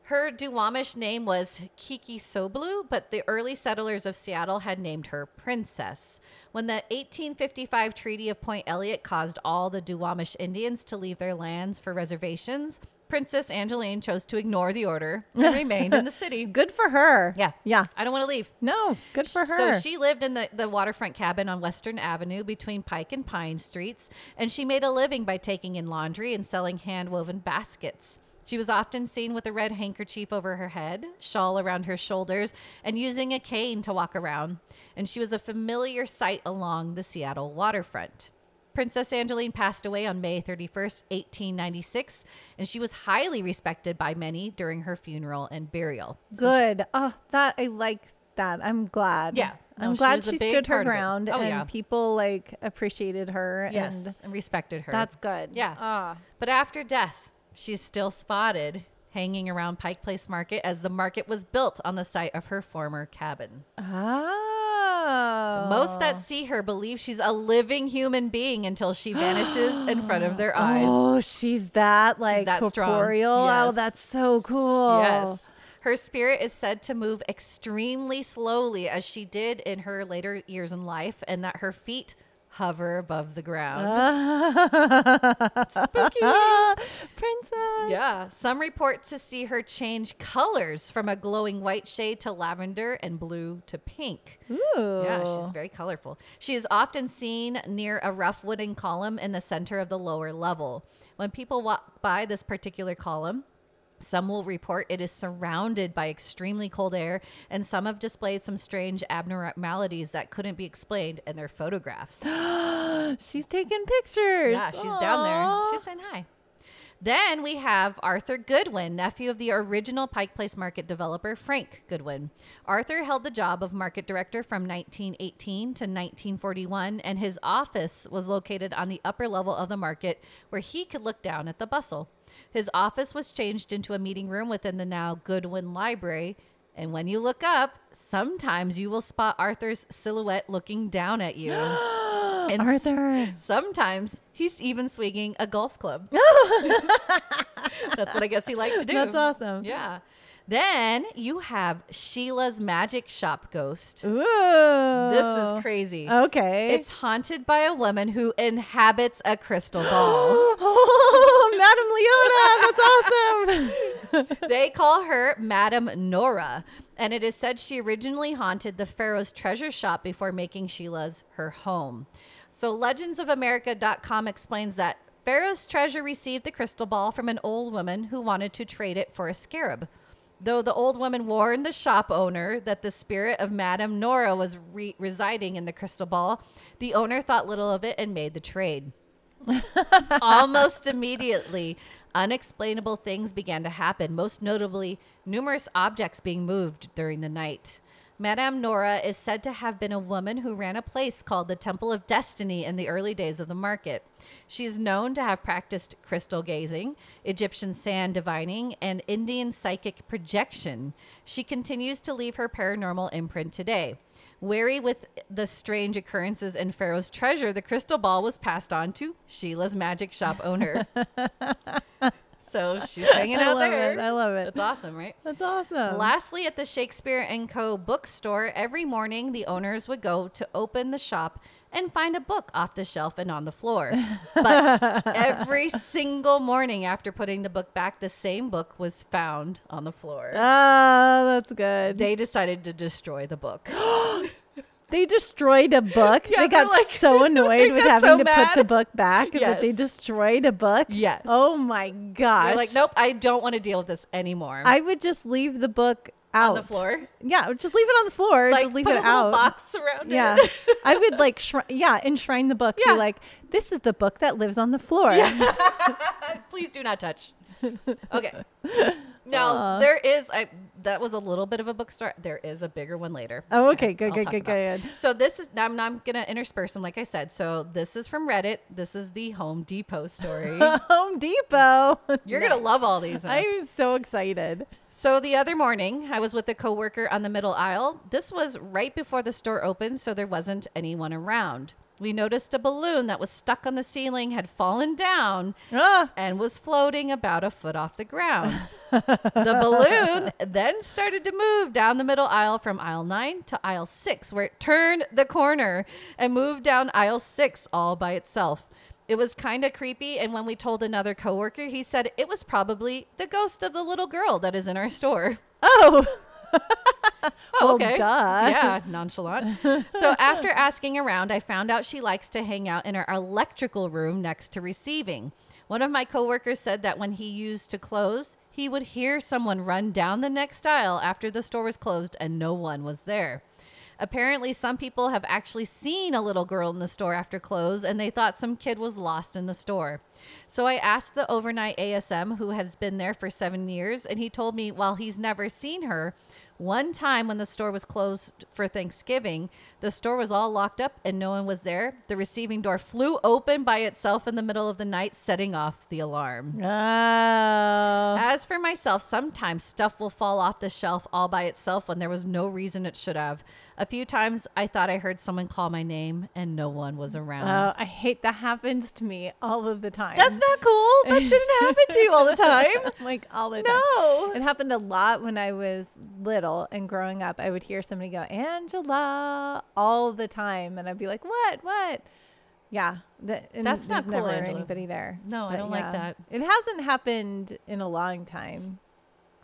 Her Duwamish name was Kiki Soblu, but the early settlers of Seattle had named her Princess. When the 1855 Treaty of Point Elliott caused all the Duwamish Indians to leave their lands for reservations, Princess Angeline chose to ignore the order and remained in the city. Good for her. Yeah. Yeah. I don't want to leave. No, good for her. So she lived in the, the waterfront cabin on Western Avenue between Pike and Pine Streets, and she made a living by taking in laundry and selling hand woven baskets. She was often seen with a red handkerchief over her head, shawl around her shoulders, and using a cane to walk around. And she was a familiar sight along the Seattle waterfront. Princess Angeline passed away on May 31st, 1896, and she was highly respected by many during her funeral and burial. good. Oh, that I like that. I'm glad. Yeah. No, I'm she glad was a she big stood her part of it. ground Oh, and yeah. people like appreciated her and And, and respected her. that's good. Yeah. Ah. But after death, she's still spotted hanging around Pike Place Market as the market was built on the site of her former cabin. Oh. Most that see her believe she's a living human being until she vanishes in front of their eyes. Oh, she's that like that strong. corporeal. Oh, Yes. that's so cool. Yes. Her spirit is said to move extremely slowly as she did in her later years in life, and that her feet hover above the ground. Spooky. Princess. Yeah. Some report to see her change colors from a glowing white shade to lavender and blue to pink. Ooh. Yeah, she's very colorful. She is often seen near a rough wooden column in the center of the lower level. When people walk by this particular column, some will report it is surrounded by extremely cold air, and some have displayed some strange abnormalities that couldn't be explained in their photographs. She's taking pictures. Yeah, she's down there. Aw. She's saying hi. Then we have Arthur Goodwin, nephew of the original Pike Place market developer Frank Goodwin. Arthur held the job of market director from 1918 to 1941, and his office was located on the upper level of the market where he could look down at the bustle. His office was changed into a meeting room within the now Goodwin Library. And when you look up, sometimes you will spot Arthur's silhouette looking down at you. And s- Arthur. Sometimes he's even swinging a golf club. That's what I guess he liked to do. That's awesome. Yeah. Then you have Sheila's Magic Shop Ghost. Ooh. This is crazy. Oh. Okay. It's haunted by a woman who inhabits a crystal ball. oh, Madame Leota. That's awesome. they call her Madame Nora, and it is said she originally haunted the Pharaoh's treasure shop before making Sheila's her home. So, legendsofamerica.com explains that Pharaoh's treasure received the crystal ball from an old woman who wanted to trade it for a scarab. Though the old woman warned the shop owner that the spirit of Madame Nora was re- residing in the crystal ball, the owner thought little of it and made the trade. Almost immediately, unexplainable things began to happen, most notably, numerous objects being moved during the night. Madame Nora is said to have been a woman who ran a place called the Temple of Destiny in the early days of the market. She is known to have practiced crystal gazing, Egyptian sand divining, and Indian psychic projection. She continues to leave her paranormal imprint today. Wary with the strange occurrences in Pharaoh's treasure, the crystal ball was passed on to Sheila's magic shop owner. so she's hanging I out love there. it. I love it. Um, That's awesome, right? That's awesome. Lastly, at the Shakespeare and Co. bookstore, every morning the owners would go to open the shop and find a book off the shelf and on the floor. But every single morning after putting the book back, the same book was found on the floor. Oh, that's good. They, They decided to destroy the book. destroyed a book. Yeah, they they're got like- so annoyed with got having so to mad. put the book back that they Yes. destroyed a book. Yes. Oh my gosh. They're like, nope, I don't want to deal with this anymore. I would just leave the book out on the floor. Yeah, just leave it on the floor. Like, just leave put it a little out. box around Yeah, it. I would like, shri- yeah, enshrine the book. Yeah. Be like, this is the book that lives on the floor. Please do not touch. Okay. No, Aw. there is. I that was a little bit of a bookstore. There is a bigger one later. Oh, okay. Good, I'll good, talk good, about- good. So this is. I'm, I'm gonna intersperse them, like I said. So this is from Reddit. This is the Home Depot story. Home Depot. You're gonna love all these. Emma. I'm so excited. So the other morning, I was with a coworker on the middle aisle. This was right before the store opened, so there wasn't anyone around. We noticed a balloon that was stuck on the ceiling had fallen down Ah, and was floating about a foot off the ground. the balloon then started to move down the middle aisle from aisle 9 to aisle 6, where it turned the corner and moved down aisle 6 all by itself. It was kind of creepy, and when we told another coworker, he said it was probably the ghost of the little girl that is in our store. oh, Well, Oh, duh. Yeah, nonchalant. so after asking around, I found out she likes to hang out in her electrical room next to receiving. One of my coworkers said that when he used to close, he would hear someone run down the next aisle after the store was closed and no one was there. Apparently, some people have actually seen a little girl in the store after close and they thought some kid was lost in the store. So I asked the overnight ASM who has been there for seven years, and he told me while he's never seen her, one time when the store was closed for Thanksgiving, the store was all locked up and no one was there. The receiving door flew open by itself in the middle of the night, setting off the alarm. oh. As for myself, sometimes stuff will fall off the shelf all by itself when there was no reason it should have. A few times I thought I heard someone call my name and no one was around. Oh, I hate that happens to me all of the time. That's not cool. That shouldn't happen to you all the time. like all the time. No. It happened a lot when I was little and growing up. I would hear somebody go, Angela, all the time. And I'd be like, what? What? Yeah. That, and That's not there's cool, never Angela. anybody there. No, I don't like that. It hasn't happened in a long time.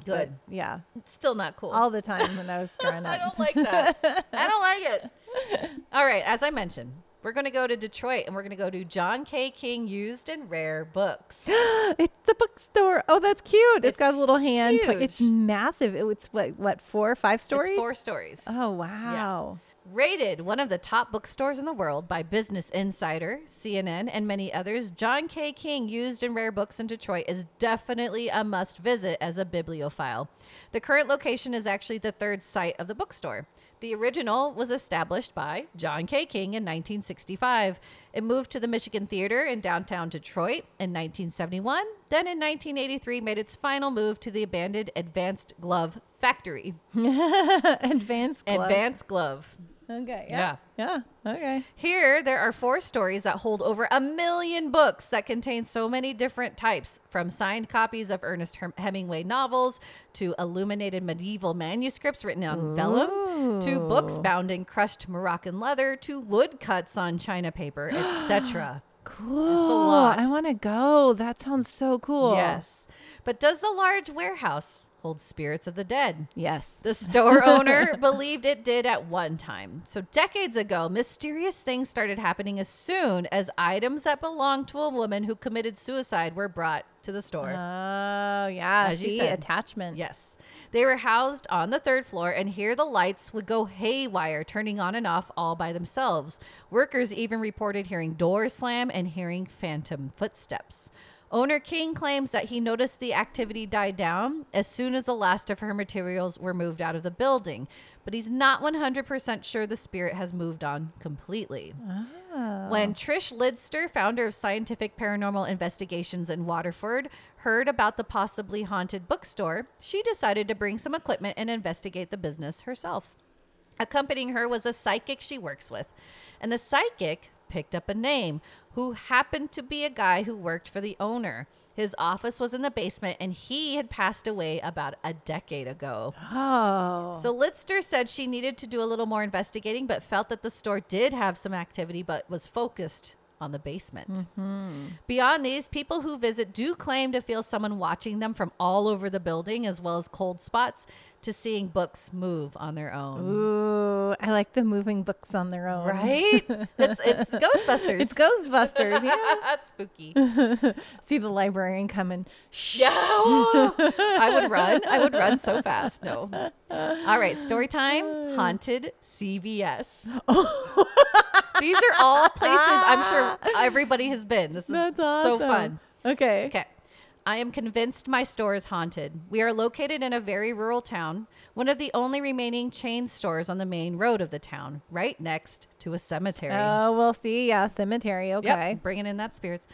but Good. yeah. Still not cool. All the time when I was growing up. I don't like that. I don't like it. All right, as I mentioned, we're going to go to Detroit and we're going to go to John K. King used and rare books. It's the bookstore. Oh, that's cute. it's got It's a little hand. pla- It's huge. massive. It- It's what what four or five stories? It's four stories. Oh wow. Rated one of the top bookstores in the world by Business Insider, CNN, and many others, John K. King Used and Rare Books in Detroit is definitely a must visit as a bibliophile. The current location is actually the third site of the bookstore. The original was established by John K. King in 1965. It moved to the Michigan Theater in downtown Detroit in 1971, then in 1983 made its final move to the abandoned Advanced Glove Factory. Advanced club. Advanced Glove. Okay. Yeah. Yeah. Okay. Here, there are four stories that hold over a million books that contain so many different types, from signed copies of Ernest Hem- Hemingway novels to illuminated medieval manuscripts written on vellum to books bound in crushed Moroccan leather to woodcuts on china paper, etc. Cool. lot. I want to go. That sounds so cool. Yes. But does the large warehouse hold spirits of the dead? Yes. The store owner believed it did at one time. So, decades ago, mysterious things started happening as soon as items that belonged to a woman who committed suicide were brought to the store. Oh yeah. As you see, said. attachment. Yes. They were housed on the third floor, and here the lights would go haywire, turning on and off all by themselves. Workers even reported hearing doors slam and hearing phantom footsteps. Owner King claims that he noticed the activity died down as soon as the last of her materials were moved out of the building, but he's not 100% sure the spirit has moved on completely. When Trish Lidster, founder of Scientific Paranormal Investigations in Waterford, heard about the possibly haunted bookstore, she decided to bring some equipment and investigate the business herself. Accompanying her was a psychic she works with, and the psychic picked up a name who happened to be a guy who worked for the owner. His office was in the basement, and he had passed away about a decade ago. Oh. So Litster said she needed to do a little more investigating, but felt that the store did have some activity, but was focused on the basement. Mm-hmm. Beyond these, people who visit do claim to feel someone watching them from all over the building, as well as cold spots, to seeing books move on their own. Ooh. I like the moving books on their own. Right? it's it's Ghostbusters. It's Ghostbusters. yeah. That's spooky. See the librarian coming. Shh. Yeah. I would run. I would run so fast. No. All right. Story time haunted CVS. These are all places I'm sure everybody has been. This is That's so awesome. fun. Okay. Okay. I am convinced my store is haunted. We are located in a very rural town, one of the only remaining chain stores on the main road of the town, right next to a cemetery. Oh, we'll see. Yeah, cemetery. Okay. Yep, bringing in that spirits.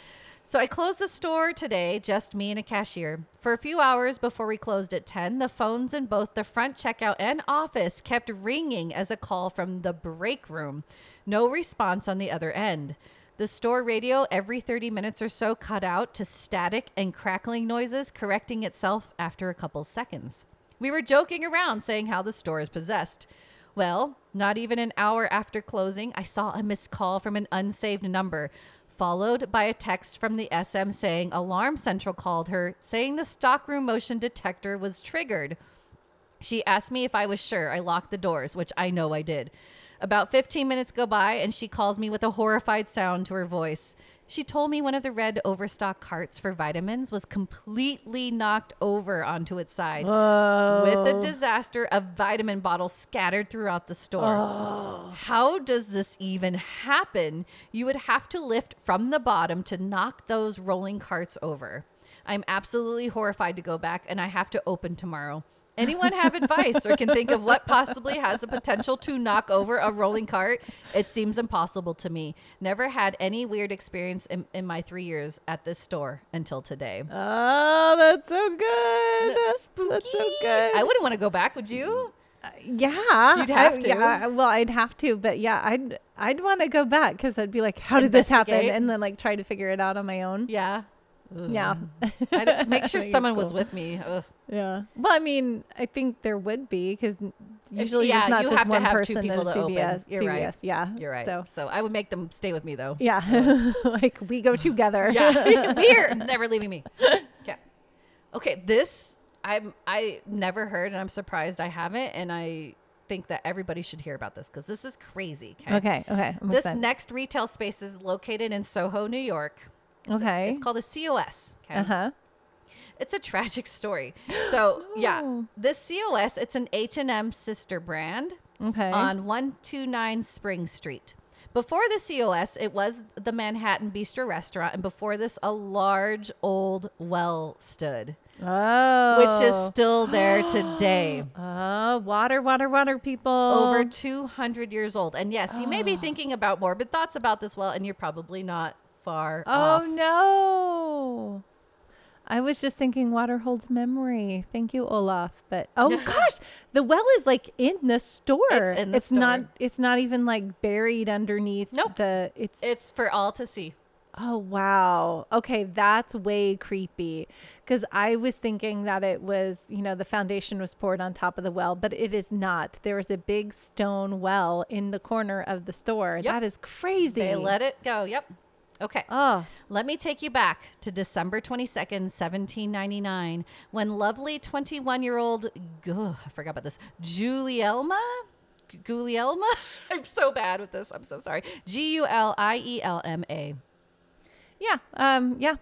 So I closed the store today, just me and a cashier. For a few hours before we closed at 10, the phones in both the front checkout and office kept ringing as a call from the break room. No response on the other end. The store radio every 30 minutes or so cut out to static and crackling noises, correcting itself after a couple seconds. We were joking around saying how the store is possessed. Well, not even an hour after closing, I saw a missed call from an unsaved number, followed by a text from the SM saying Alarm Central called her, saying the stockroom motion detector was triggered. She asked me if I was sure I locked the doors, which I know I did. About 15 minutes go by, and she calls me with a horrified sound to her voice. She told me one of the red overstock carts for vitamins was completely knocked over onto its side with Oh. the disaster of vitamin bottles scattered throughout the store. Oh. How does this even happen? You would have to lift from the bottom to knock those rolling carts over. I'm absolutely horrified to go back and I have to open tomorrow. Anyone have advice or can think of what possibly has the potential to knock over a rolling cart? It seems impossible to me. Never had any weird experience in, in my three years at this store until today. Oh, that's so good. That's That's so spooky. good. I wouldn't want to go back, would you? yeah. You'd have I- to. yeah, well, I'd have to, but yeah, I'd I'd want to go back because I'd be like, how did this happen? Investigate. Mm. And then like try to figure it out on my own. Yeah. Yeah. I'd make I sure think it's someone was cool. with me. Ugh. Yeah. Well, I mean, I think there would be because usually yeah, there's not you just have to one have two person at a people to open. CVS. You're CVS. right. Yeah. You're right. So. So I would make them stay with me though. yeah, like we go together. Yeah. Weird. Never leaving me. Yeah. Okay. This I'm I never heard and I'm surprised I haven't. And I think that everybody should hear about this because this is crazy. Okay. Okay. I'm This excited. next retail space is located in Soho, New York. okay. It's called a COS. Okay. Uh huh. it's a tragic story. So yeah, Oh. this COS it's an H and M sister brand Okay. on one two nine Spring Street. Before the COS, it was the Manhattan Bistro restaurant, and before this, a large old well stood, oh. which is still there today. Oh, water, water, water, people. Over 200 years old. And yes, you may Ah. be thinking about morbid thoughts about this well, and you're probably not far Oh off. no. I was just thinking water holds memory. Thank you, Olaf. But oh gosh, the well is like in the store. It's in the not store. it's not even like buried underneath Nope. the it's It's for all to see. Oh wow. Okay, that's way creepy. Cuz I was thinking that it was, you know, the foundation was poured on top of the well, but it is not. There is a big stone well in the corner of the store. That is crazy. They let it go. Yep. Okay. Oh, Let me take you back to December 22nd, 1799, when lovely 21 year old, ugh, I forgot about this, Julielma? G- Gulielma? I'm so bad with this. I'm so sorry. G U L I E L M A. yeah. Um yeah.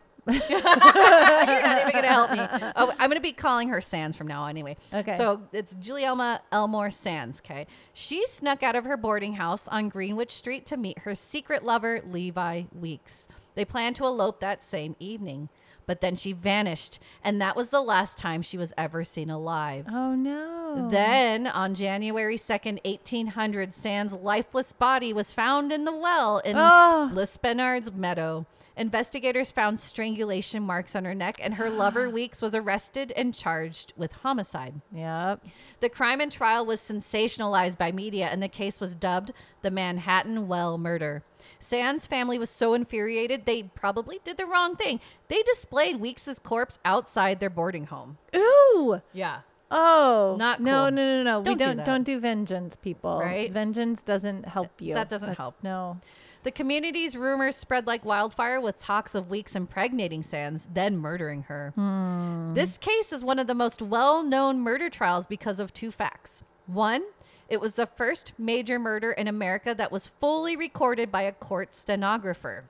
You're not even going to help me. Oh, I'm going to be calling her Sands from now on anyway. Okay. So it's Julielma Elmore Sands, okay? She snuck out of her boarding house on Greenwich Street to meet her secret lover, Levi Weeks. They planned to elope that same evening, but then she vanished, and that was the last time she was ever seen alive. Oh no. Then, on January 2nd, 1800, Sand's lifeless body was found in the well in Oh. Lispenard's meadow. Investigators found strangulation marks on her neck, and her lover, Weeks, was arrested and charged with homicide. Yep. The crime and trial was sensationalized by media, and the case was dubbed the Manhattan Well Murder. Sands' family was so infuriated, they probably did the wrong thing. They displayed Weeks' corpse outside their boarding home. Ooh. Yeah. Oh. Not No, cool. no, no, no. we Don't do don't that. do not do vengeance, people. Right? Vengeance doesn't help you. that doesn't help. No. The community's rumors spread like wildfire with talks of Weeks impregnating Sands, then murdering her. This case is one of the most well known murder trials because of two facts. One, it was the first major murder in America that was fully recorded by a court stenographer.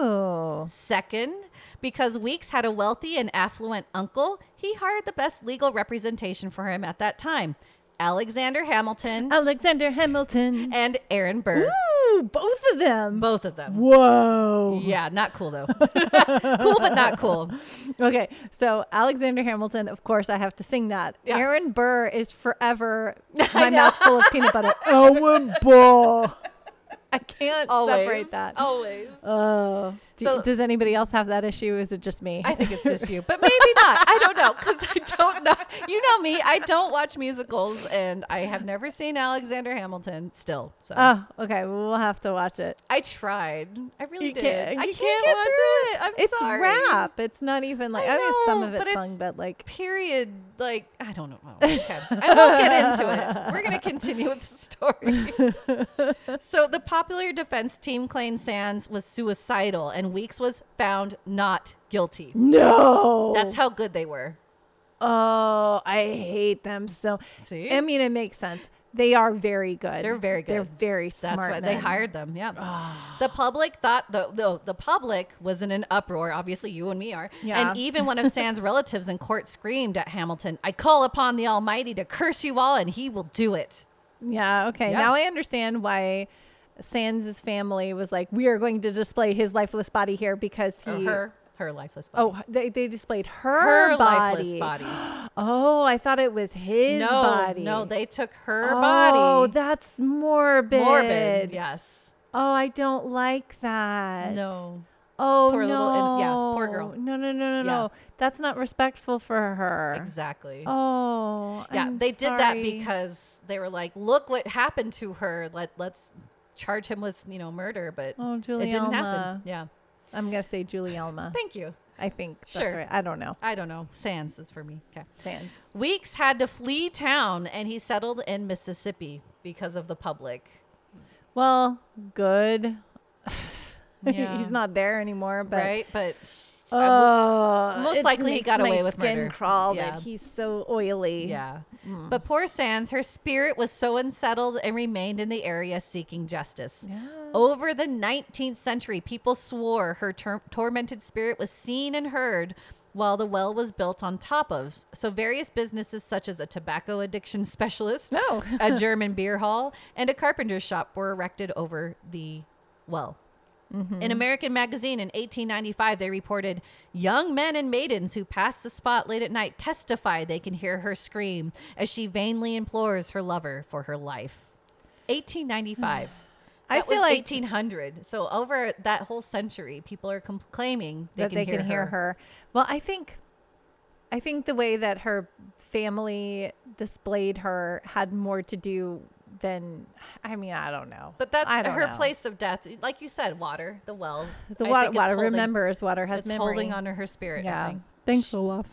Ooh. Second, because Weeks had a wealthy and affluent uncle, he hired the best legal representation for him at that time Alexander Hamilton Alexander Hamilton. and Aaron Burr. Uh, Ooh, both of them. Both of them. Whoa. Yeah, not cool though. cool, but not cool. Okay, so Alexander Hamilton, of course, I have to sing that. Yes. Aaron Burr is forever I my know. mouth full of peanut butter. Aaron Burr. I can't Always. separate that. Always. Oh. Do- So- does anybody else have that issue? Is it just me? I think it's just you, but maybe not. I don't know because I don't know. You know me. I don't watch musicals, and I have never seen Alexander Hamilton still. So oh, okay. We'll have to watch it. I tried. I really You did. can't- I you can't can't, get watch through it. I'm It's sorry. rap. It's not even like I, I mean some know, of it's but it's- sung, but like Period. Like I don't know. Okay. I won't get into it. We're gonna continue with the story. so the popular defense team claimed Sands was suicidal, and Weeks was found not guilty. no. That's how good they were. Oh, I hate them so. See? I mean, it makes sense. They are very good. They're very They're good. very That's smart. why they men. Ah. hired them. Yeah. the public thought the, the the public was in an uproar. Obviously, you and me are. Yeah. And even one of Sands' relatives in court screamed at Hamilton, "I call upon the Almighty to curse you all, and He will do it." Yeah. Okay. Yeah. Now I understand why Sands' family was like, we are going to display his lifeless body here because Or he. Oh, her, her lifeless body. Oh, they, they displayed her, her body. lifeless body. Oh, I thought it was his no, body. no, they took her Oh, body. that's morbid. morbid. Yes. Oh, I don't like that. No. Oh Poor no. little in- yeah, poor girl. No, no, no, no, Yeah. no. That's not respectful for her. Exactly. Oh. yeah, I'm they did that sorry. because they were like, "Look what happened to her. Let let's charge him with you know murder." But Oh, it didn't happen. Juliana. Yeah. I'm gonna say Julie Elma. Thank you. I think that's Sure. right. I don't know. I don't know. Sands is for me. Okay. Sands. Weeks had to flee town, and he settled in Mississippi because of the public. Well, good. Yeah. He's not there anymore, but right, but oh, most it likely he makes got my away with skin murder. Crawl Yeah. that he's so oily. Yeah. But poor Sands, her spirit was so unsettled and remained in the area seeking justice. Over the 19th century, people swore her ter- tormented spirit was seen and heard while the well was built on top of. So, various businesses, such as a tobacco addiction specialist, No. a German beer hall, and a carpenter's shop, were erected over the well. Mm-hmm. An American magazine in 1895, they reported young men and maidens who pass the spot late at night testify they can hear her scream as she vainly implores her lover for her life. 1895. I That feel was like- 1800. So over that whole century, people are com- claiming they that can they hear can hear her. Well, I think I think the way that her family displayed her had more to do than I mean, I don't know. But that's I don't her know. place of death. Like you said, water, the well. The I water, think it's water holding- remembers water has It's memory. holding on to her spirit. I yeah. think. Thanks, Olaf.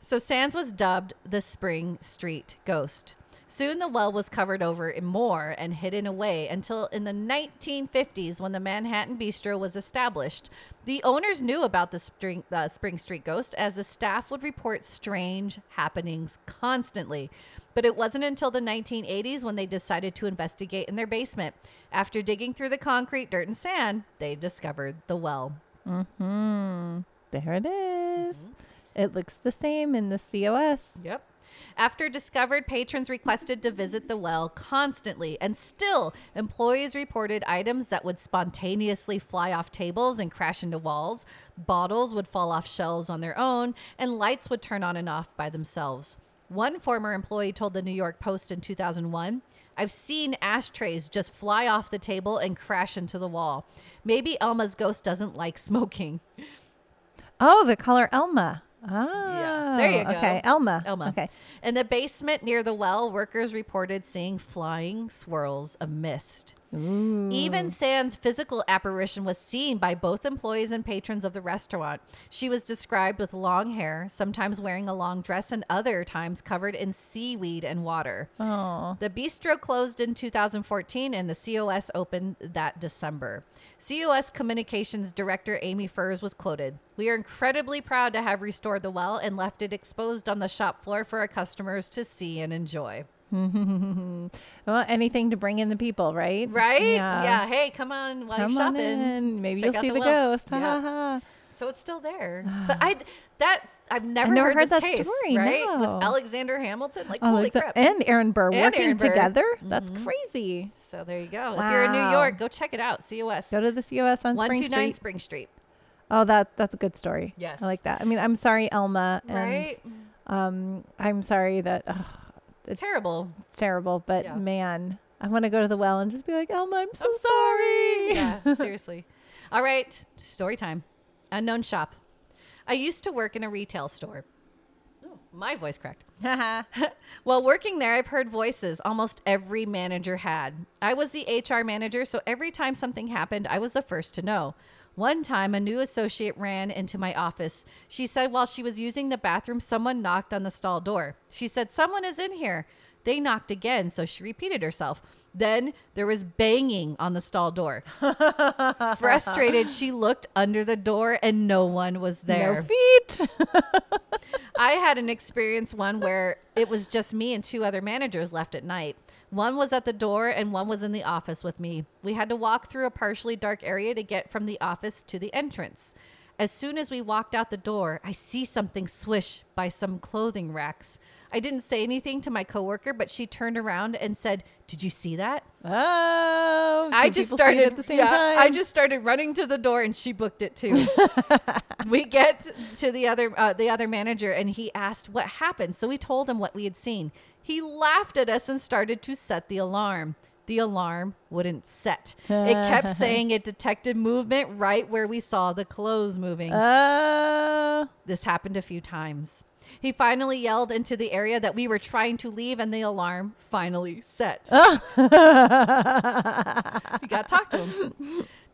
So Sands was dubbed the Spring Street Ghost. Soon the well was covered over in more and hidden away until in the 1950s, when the Manhattan Bistro was established, the owners knew about the Spring, uh, Spring Street Ghost as the staff would report strange happenings constantly. But it wasn't until the 1980s when they decided to investigate in their basement. After digging through the concrete, dirt, and sand, they discovered the well. There it is. Mm-hmm. It looks the same in the COS. Yep. After discovered, patrons requested to visit the well constantly, and still, employees reported items that would spontaneously fly off tables and crash into walls, bottles would fall off shelves on their own, and lights would turn on and off by themselves. One former employee told the New York Post in 2001 I've seen ashtrays just fly off the table and crash into the wall. Maybe Elma's ghost doesn't like smoking. Oh, the color Elma. Ah, There you go. Okay, Elma. Elma. Okay. In the basement near the well, workers reported seeing flying swirls of mist. Even Sands' physical apparition was seen by both employees and patrons of the restaurant. She was described with long hair, sometimes wearing a long dress, and other times covered in seaweed and water. Oh, The bistro closed in 2014 and the COS opened that December. COS Communications Director Amy Furs was quoted We are incredibly proud to have restored the well and left it exposed on the shop floor for our customers to see and enjoy. well, anything to bring in the people, right? Right? Yeah. Hey, come on while Come you're on shopping. in. Maybe Check you'll out see the the, well. ghost. Ha ha Yeah. ha. so it's still there. but I that I've never, never heard, heard that this case, story, right? no. With Alexander Hamilton, like Oh, holy it's a- crap! and Aaron Burr And working Aaron Burr. Mm-hmm. together. That's crazy. so there you go. If you're in New Wow. York, go check it out. COS Go to the COS on one Spring two nine Street. Spring Street. Oh, that that's a good story. Yes. I like that. I mean, I'm sorry, Elma, Right? and um, I'm sorry that ugh, Terrible. it's terrible. But Yeah. man, I want to go to the well and just be like, Elma, I'm so I'm sorry. yeah, seriously. All right, story time. Unknown shop. I used to work in a retail store. Oh, my voice cracked. sorry. While working there, I've heard voices almost every manager had. I was the HR manager, so every time something happened, I was the first to know. One time, a new associate ran into my office. She said while she was using the bathroom, someone knocked on the stall door. She said, Someone is in here. They knocked again, so she repeated herself. Then there was banging on the stall door. Frustrated, she looked under the door and no one was there. no feet. I had an experience one where it was just me and two other managers left at night. One was at the door and one was in the office with me. We had to walk through a partially dark area to get from the office to the entrance. As soon as we walked out the door, I see something swish by some clothing racks. I didn't say anything to my coworker, but she turned around and said, "Did you see that?" Oh, I two just people feet started at the same yeah, time. I just started running to the door, and she booked it too. we get to the other uh, the other manager, and he asked what happened. So we told him what we had seen. He laughed at us and started to set the alarm. The alarm wouldn't set. It kept saying it detected movement right where we saw the clothes moving. Uh, This happened a few times. He finally yelled into the area that we were trying to leave, and the alarm finally set. you got to talk to him.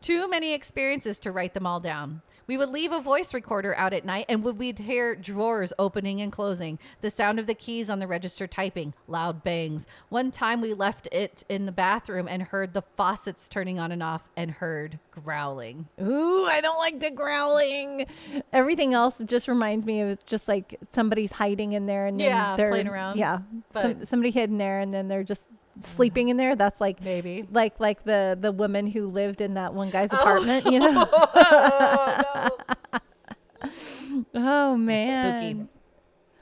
Too many experiences to write them all down. We would leave a voice recorder out at night, and would we'd hear drawers opening and closing, the sound of the keys on the register typing, loud bangs. One time we left it in the bathroom and heard the faucets turning on and off, and heard growling. ooh, I don't like the growling. Everything else just reminds me of just like somebody's hiding in there and then Yeah, they're playing around. Yeah, some, But- Mm. somebody hidden there and then they're just sleeping in there. That's like Maybe. like like the the woman who lived in that one guy's apartment. You know? Oh, no. Oh Spooky. man,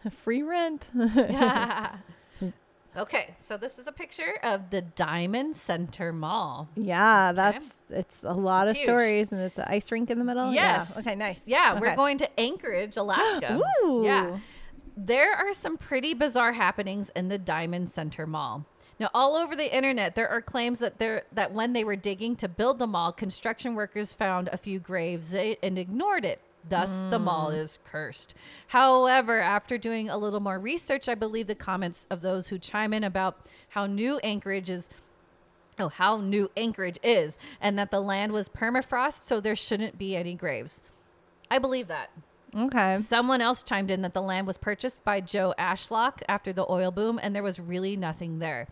free rent. okay, so this is a picture of the Diamond Center Mall. yeah, that's it's a lot It's of huge. stories and it's an ice rink in the middle. Yes. Yeah. Okay. Nice. Yeah, Okay. we're going to Anchorage, Alaska. Ooh. Yeah. There are some pretty bizarre happenings in the Diamond Center Mall. Now, all over the internet, there are claims that there that when they were digging to build the mall, construction workers found a few graves eh, and ignored it. Thus, the mall is cursed. However, after doing a little more research, I believe the comments of those who chime in about how new Anchorage is oh how new anchorage is and that the land was permafrost so there shouldn't be any graves i believe that Okay. someone else chimed in that the land was purchased by joe ashlock after the oil boom and there was really nothing there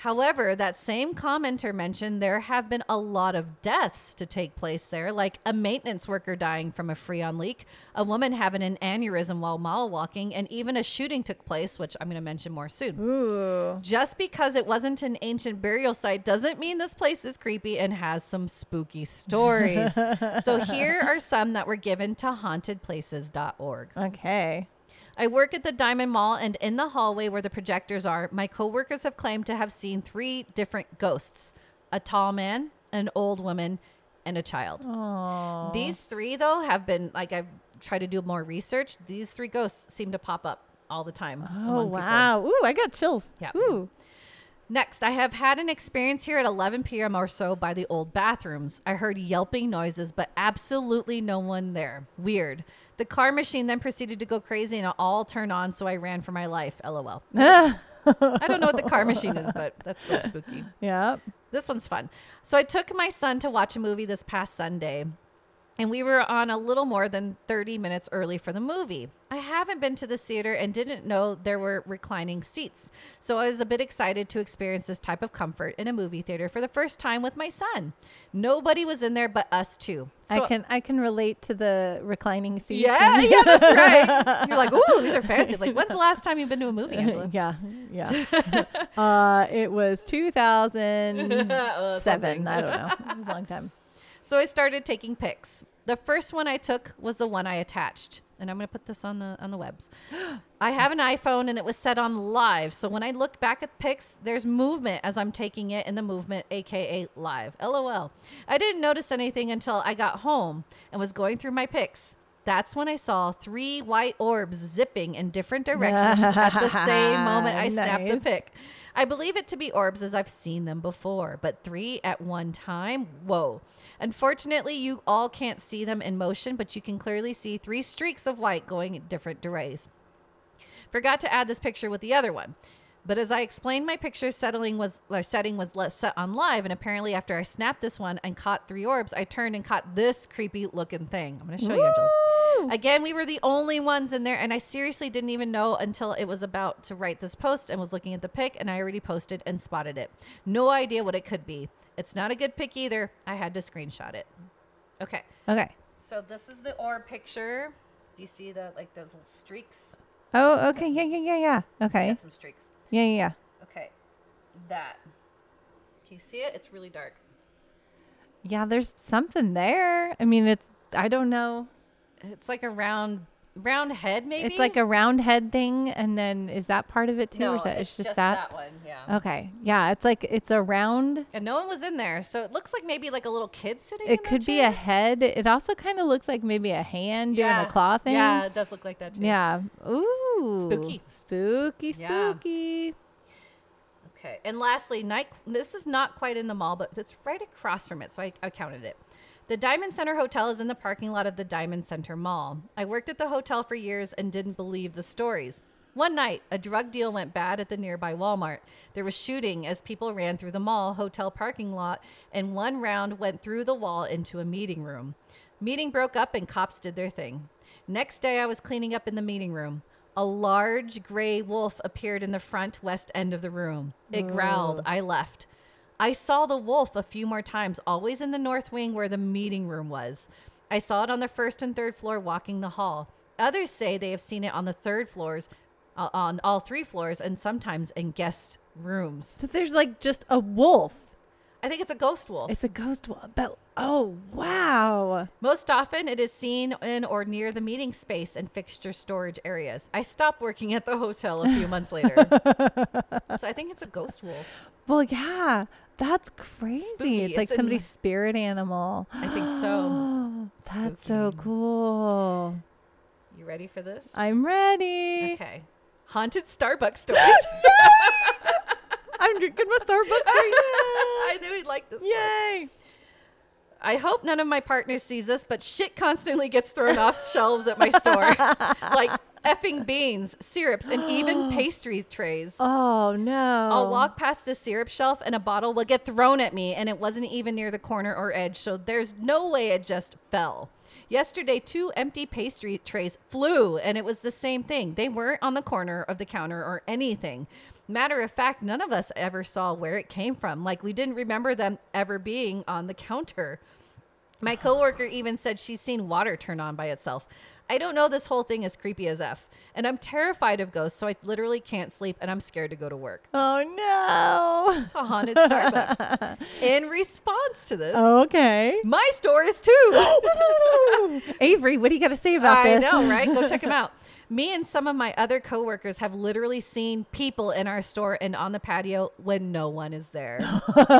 However, that same commenter mentioned there have been a lot of deaths to take place there, like a maintenance worker dying from a freon leak, a woman having an aneurysm while mall walking, and even a shooting took place, which I'm going to mention more soon. Ooh. Just because it wasn't an ancient burial site doesn't mean this place is creepy and has some spooky stories. so here are some that were given to hauntedplaces.org. Okay. I work at the Diamond Mall, and in the hallway where the projectors are, my coworkers have claimed to have seen three different ghosts a tall man, an old woman, and a child. Oh. These three, though, have been like I've tried to do more research. These three ghosts seem to pop up all the time. Oh among people. wow! Ooh, I got chills. Yeah. Ooh. Next, I have had an experience here at 11 p.m. or so by the old bathrooms. I heard yelping noises, but absolutely no one there. Weird. The car machine then proceeded to go crazy and it all turned on, so I ran for my life. LOL. I don't know what the car machine is, but that's still spooky. Yep. This one's fun. So I took my son to watch a movie this past Sunday, and we were on a little more than 30 minutes early for the movie. I haven't been to this theater and didn't know there were reclining seats. So I was a bit excited to experience this type of comfort in a movie theater for the first time with my son. Nobody was in there but us two. So I can I can relate to the reclining seats. Yeah, and- yeah, that's right. You're like, ooh, these are fancy. Like, when's the last time you've been to a movie, Angela? yeah, yeah. uh, it was two thousand Uh, seven. something. I don't know. It was a long time. So I started taking pics. The first one I took was the one I attached. And I'm going to put this on the on the webs. I have an iPhone and it was set on live. So when I look back at pics, there's movement as I'm taking it in the movement aka live. LOL. I didn't notice anything until I got home and was going through my pics. That's when I saw three white orbs zipping in different directions at the same moment I snapped the Nice. pic. I believe it to be orbs as I've seen them before, but three at one time? Whoa. Unfortunately, you all can't see them in motion, but you can clearly see three streaks of light going in different dirays. Forgot to add this picture with the other one. But as I explained, my picture settling was or setting was less set on live, and apparently after I snapped this one and caught three orbs, I turned and caught this creepy looking thing. I'm gonna show you, Angela. Again, we were the only ones in there, and I seriously didn't even know until it was about to write this post and was looking at the pic, and I already posted and spotted it. No idea what it could be. It's not a good pic either. I had to screenshot it. Okay, Okay. so this is the orb picture. Do you see the like those little streaks? Oh, okay. Yeah, yeah, yeah, yeah. Okay. Got some streaks. Yeah, yeah, yeah. Okay, that. Can you see it? It's really dark. Yeah, there's something there. I mean, it's I don't know. It's like a round, round head, maybe. It's like a round head thing, and then is that part of it too? no. or is that, Uh, it's, just, that. one. Yeah. Okay. Yeah, it's like it's a round. And no one was in there, so it looks like maybe like a little kid sitting. in It that could be chair. a head. It also kind of looks like maybe a hand yeah. doing a claw thing. Yeah, it does look like that too. Yeah. Ooh. Spooky. Spooky. Yeah. Spooky. Okay. And lastly, night. This is not quite in the mall, but it's right across from it, so I, I counted it. The Diamond Center Hotel is in the parking lot of the Diamond Center Mall. I worked at the hotel for years and didn't believe the stories. One night, a drug deal went bad at the nearby Walmart. There was shooting as people ran through the mall hotel parking lot, and one round went through the wall into a meeting room. Meeting broke up and cops did their thing. Next day, I was cleaning up in the meeting room. A large gray wolf appeared in the front west end of the room. It growled. I left. I saw the wolf a few more times, always in the north wing where the meeting room was. I saw it on the first and third floor walking the hall. Others say they have seen it on the third floors, uh, on all three floors, and sometimes in guest rooms. So there's like just a wolf. I think it's a ghost wolf. It's a ghost wolf. But oh wow. Most often, it is seen in or near the meeting space and fixture storage areas. I stopped working at the hotel a few months later. so I think it's a ghost wolf. Well, yeah. That's crazy. Spooky. It's like It's in- somebody's spirit animal. I think so. Oh, that's so cool. You ready for this? I'm ready. okay. Haunted Starbucks stories. I'm drinking my Starbucks right I knew he'd like this. now. one. Yay. I hope none of my partners sees this, but shit constantly gets thrown off shelves at my store, like effing beans, syrups, and even pastry trays. Oh no. I'll walk past the syrup shelf and a bottle will get thrown at me, and it wasn't even near the corner or edge, so there's no way it just fell. Yesterday, two empty pastry trays flew, and it was the same thing. They weren't on the corner of the counter or anything. Matter of fact, none of us ever saw where it came from. Like, we didn't remember them ever being on the counter. My coworker even said she's seen water turn on by itself. I don't know. This whole thing is creepy as F. And I'm terrified of ghosts, so I literally can't sleep and I'm scared to go to work Oh to haunted Starbucks. In response to this, no. Okay. my store is too. Avery, what do you got to say about I this? know, right? Go check them out. Me and some of my other coworkers have literally seen people in our store and on the patio when no one is there.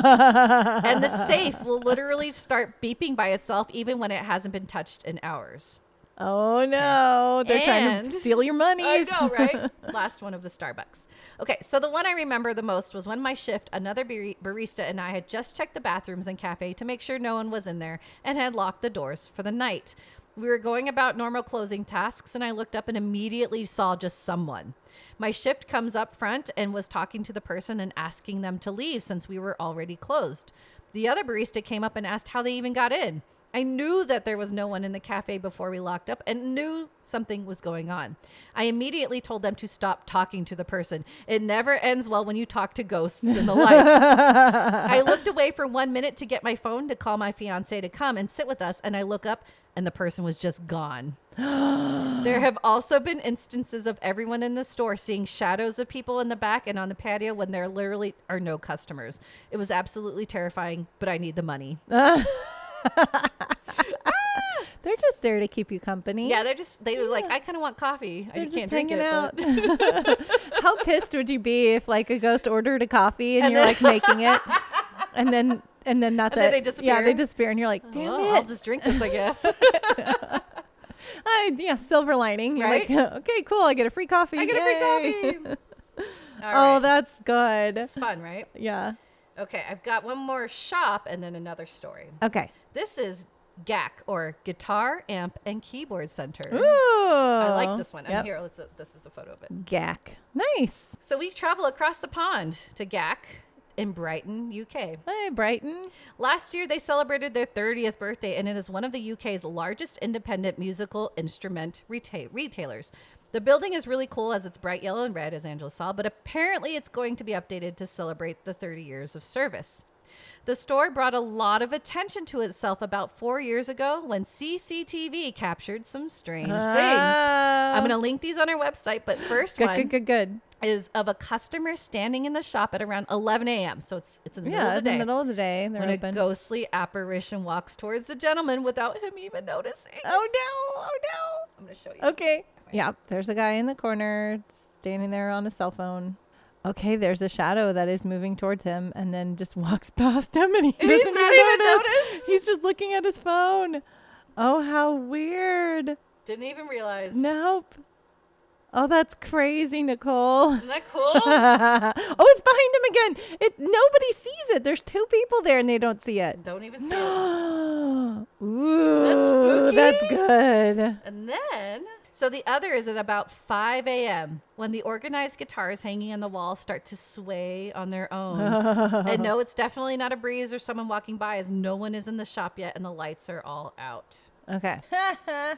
and the safe will literally start beeping by itself even when it hasn't been touched in hours. Oh no, they're trying And- to steal your money. I know, right? Last one of the Starbucks. Okay, so the one I remember the most was when my shift, another bari- barista and I had just checked the bathrooms and cafe to make sure no one was in there and had locked the doors for the night. We were going about normal closing tasks, and I looked up and immediately saw just someone. My shift comes up front and was talking to the person and asking them to leave since we were already closed. The other barista came up and asked how they even got in. I knew that there was no one in the cafe before we locked up and knew something was going on. I immediately told them to stop talking to the person. It never ends well when you talk to ghosts in the light. I looked away for one minute to get my phone to call my fiance to come and sit with us, and I look up and the person was just gone. there have also been instances of everyone in the store seeing shadows of people in the back and on the patio when there literally are no customers. It was absolutely terrifying, but I need the money. They're just there to keep you company. Yeah, they're just they were like, I kind of want coffee. I They're just, just can't drink hanging it. out. but- How pissed would you be if like a ghost ordered a coffee and, And you're then- like making it, and then and then that's And then it. they Yeah, they disappear. disappear, and you're like, damn Well, it. oh, I'll just drink this, I guess. Uh, yeah, silver lining. You're like, okay, cool. I get a free coffee. I get a Yay." free coffee. All Oh, right. that's good. It's fun, right? Yeah. Okay, I've got one more shop and then another story. Okay. This is GAC or Guitar Amp and Keyboard Center. Ooh. I I like this one. I'm Yep. here. Let's, uh, this is the photo of it. Gack. Nice. So we travel across the pond to GAC in Brighton, UK. Hey, Brighton. Last year, they celebrated their 30th birthday, and it is one of the UK's largest independent musical instrument reta- retailers. The building is really cool as it's bright yellow and red, as Angela saw, but apparently it's going to be updated to celebrate the 30 years of service. The store brought a lot of attention to itself about four years ago when CCTV captured some strange Ah. things. I'm going to link these on our website, but first Uh, Good, good, one good, good. is of a customer standing in the shop at around 11 a.m. So it's it's in the middle Yeah, of in the the day middle of the day, they're when a open. ghostly apparition walks towards the gentleman without him even noticing. oh no! Oh I'm gonna show you. no! Okay. Yeah, there's a guy in the corner standing there on a cell phone. Okay, there's a shadow that is moving towards him and then just walks past him and he And he's doesn't not even even notice. notice. He's just looking at his phone. Oh, how weird. Didn't even realize. Nope. Oh, that's crazy, Nicole. Isn't that cool? oh, it's behind him again. It nobody sees it. There's two people there and they don't see it. Don't even see it. No. Ooh, that's spooky. good. And then, so the other is at about 5 a.m. when the organized guitars hanging on the wall start to sway on their own. and no, it's definitely not a breeze or someone walking by, as no one is in the shop yet and the lights are all out. Okay.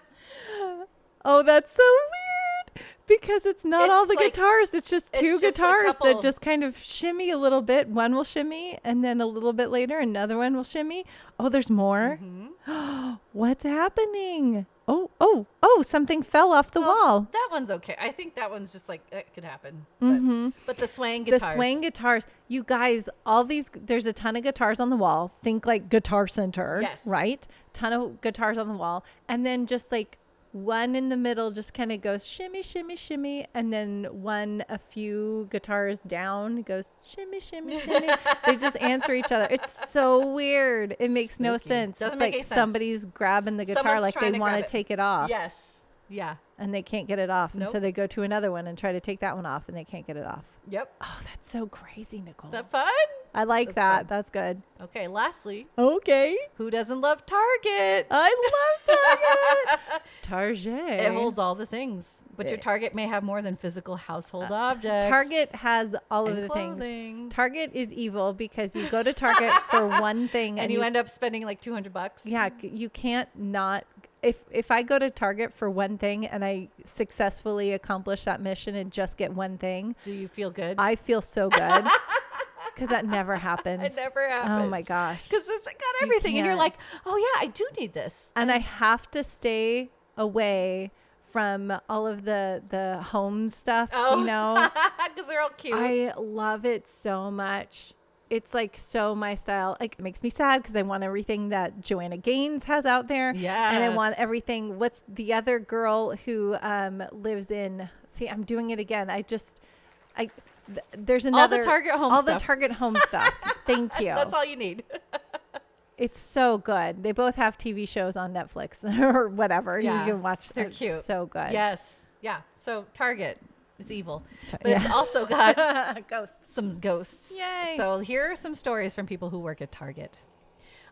oh, that's so weird because it's not all It's the like- guitars. It's just it's two just a guitars that couple. just kind of shimmy a little bit. One will shimmy, and then a little bit later, another one will shimmy. Oh, there's more. Mm-hmm. What's happening? Oh, oh, oh! Something fell off the wall. That one's okay. I think that one's just like, that could happen. But, but the swaying Mm-hmm. the guitars. swaying guitars you guys all these there's a ton of guitars on the wall think like guitar center Yes. right ton of guitars on the wall and then just like one in the middle just kind of goes shimmy shimmy shimmy and then one a few guitars down goes shimmy shimmy shimmy they just answer each other it's so weird it makes no Spooky. sense Doesn't it's make like any sense. somebody's grabbing the guitar Someone's like trying they to want grab to it. take it off Yes. Yeah. and they can't get it off and so Nope. they go to another one and try to take that one off and they can't get it off Yep. oh that's so crazy nicole Is that fun? I like that. That's That's good. Okay, lastly, Okay. who doesn't love Target? I love Target. Target. it holds all the things, but your Target may have more than physical household objects. Uh, Target has all of and the clothing. things. Target is evil because you go to Target for one thing and, and you end up spending like 200 bucks. Yeah, c- you can't not if if I go to Target for one thing and I successfully accomplish that mission and just get one thing, Do you feel good? I feel so good. Cuz that never happens. it never happens. Oh my gosh. Because it's got everything, and you're can't. like, oh yeah, I do need this. and I have to stay away from all of the the home stuff. Oh, You know, because they're all cute. I love it so much. It's like so my style. Like it makes me sad because I want everything that Joanna Gaines has out there. And I want Yes. everything. What's the other girl who um, lives in? See, I'm doing it again. I just, I th- there's another Target home all stuff. the Target home stuff. Thank you. That's all you need. It's so good. They both have TV shows on Netflix or whatever. Yeah, You can watch. they're it's cute. So good. yes. Yeah. So Target is evil, but it's yeah. also got Ghosts. some ghosts. Yay. So here are some stories from people who work at Target.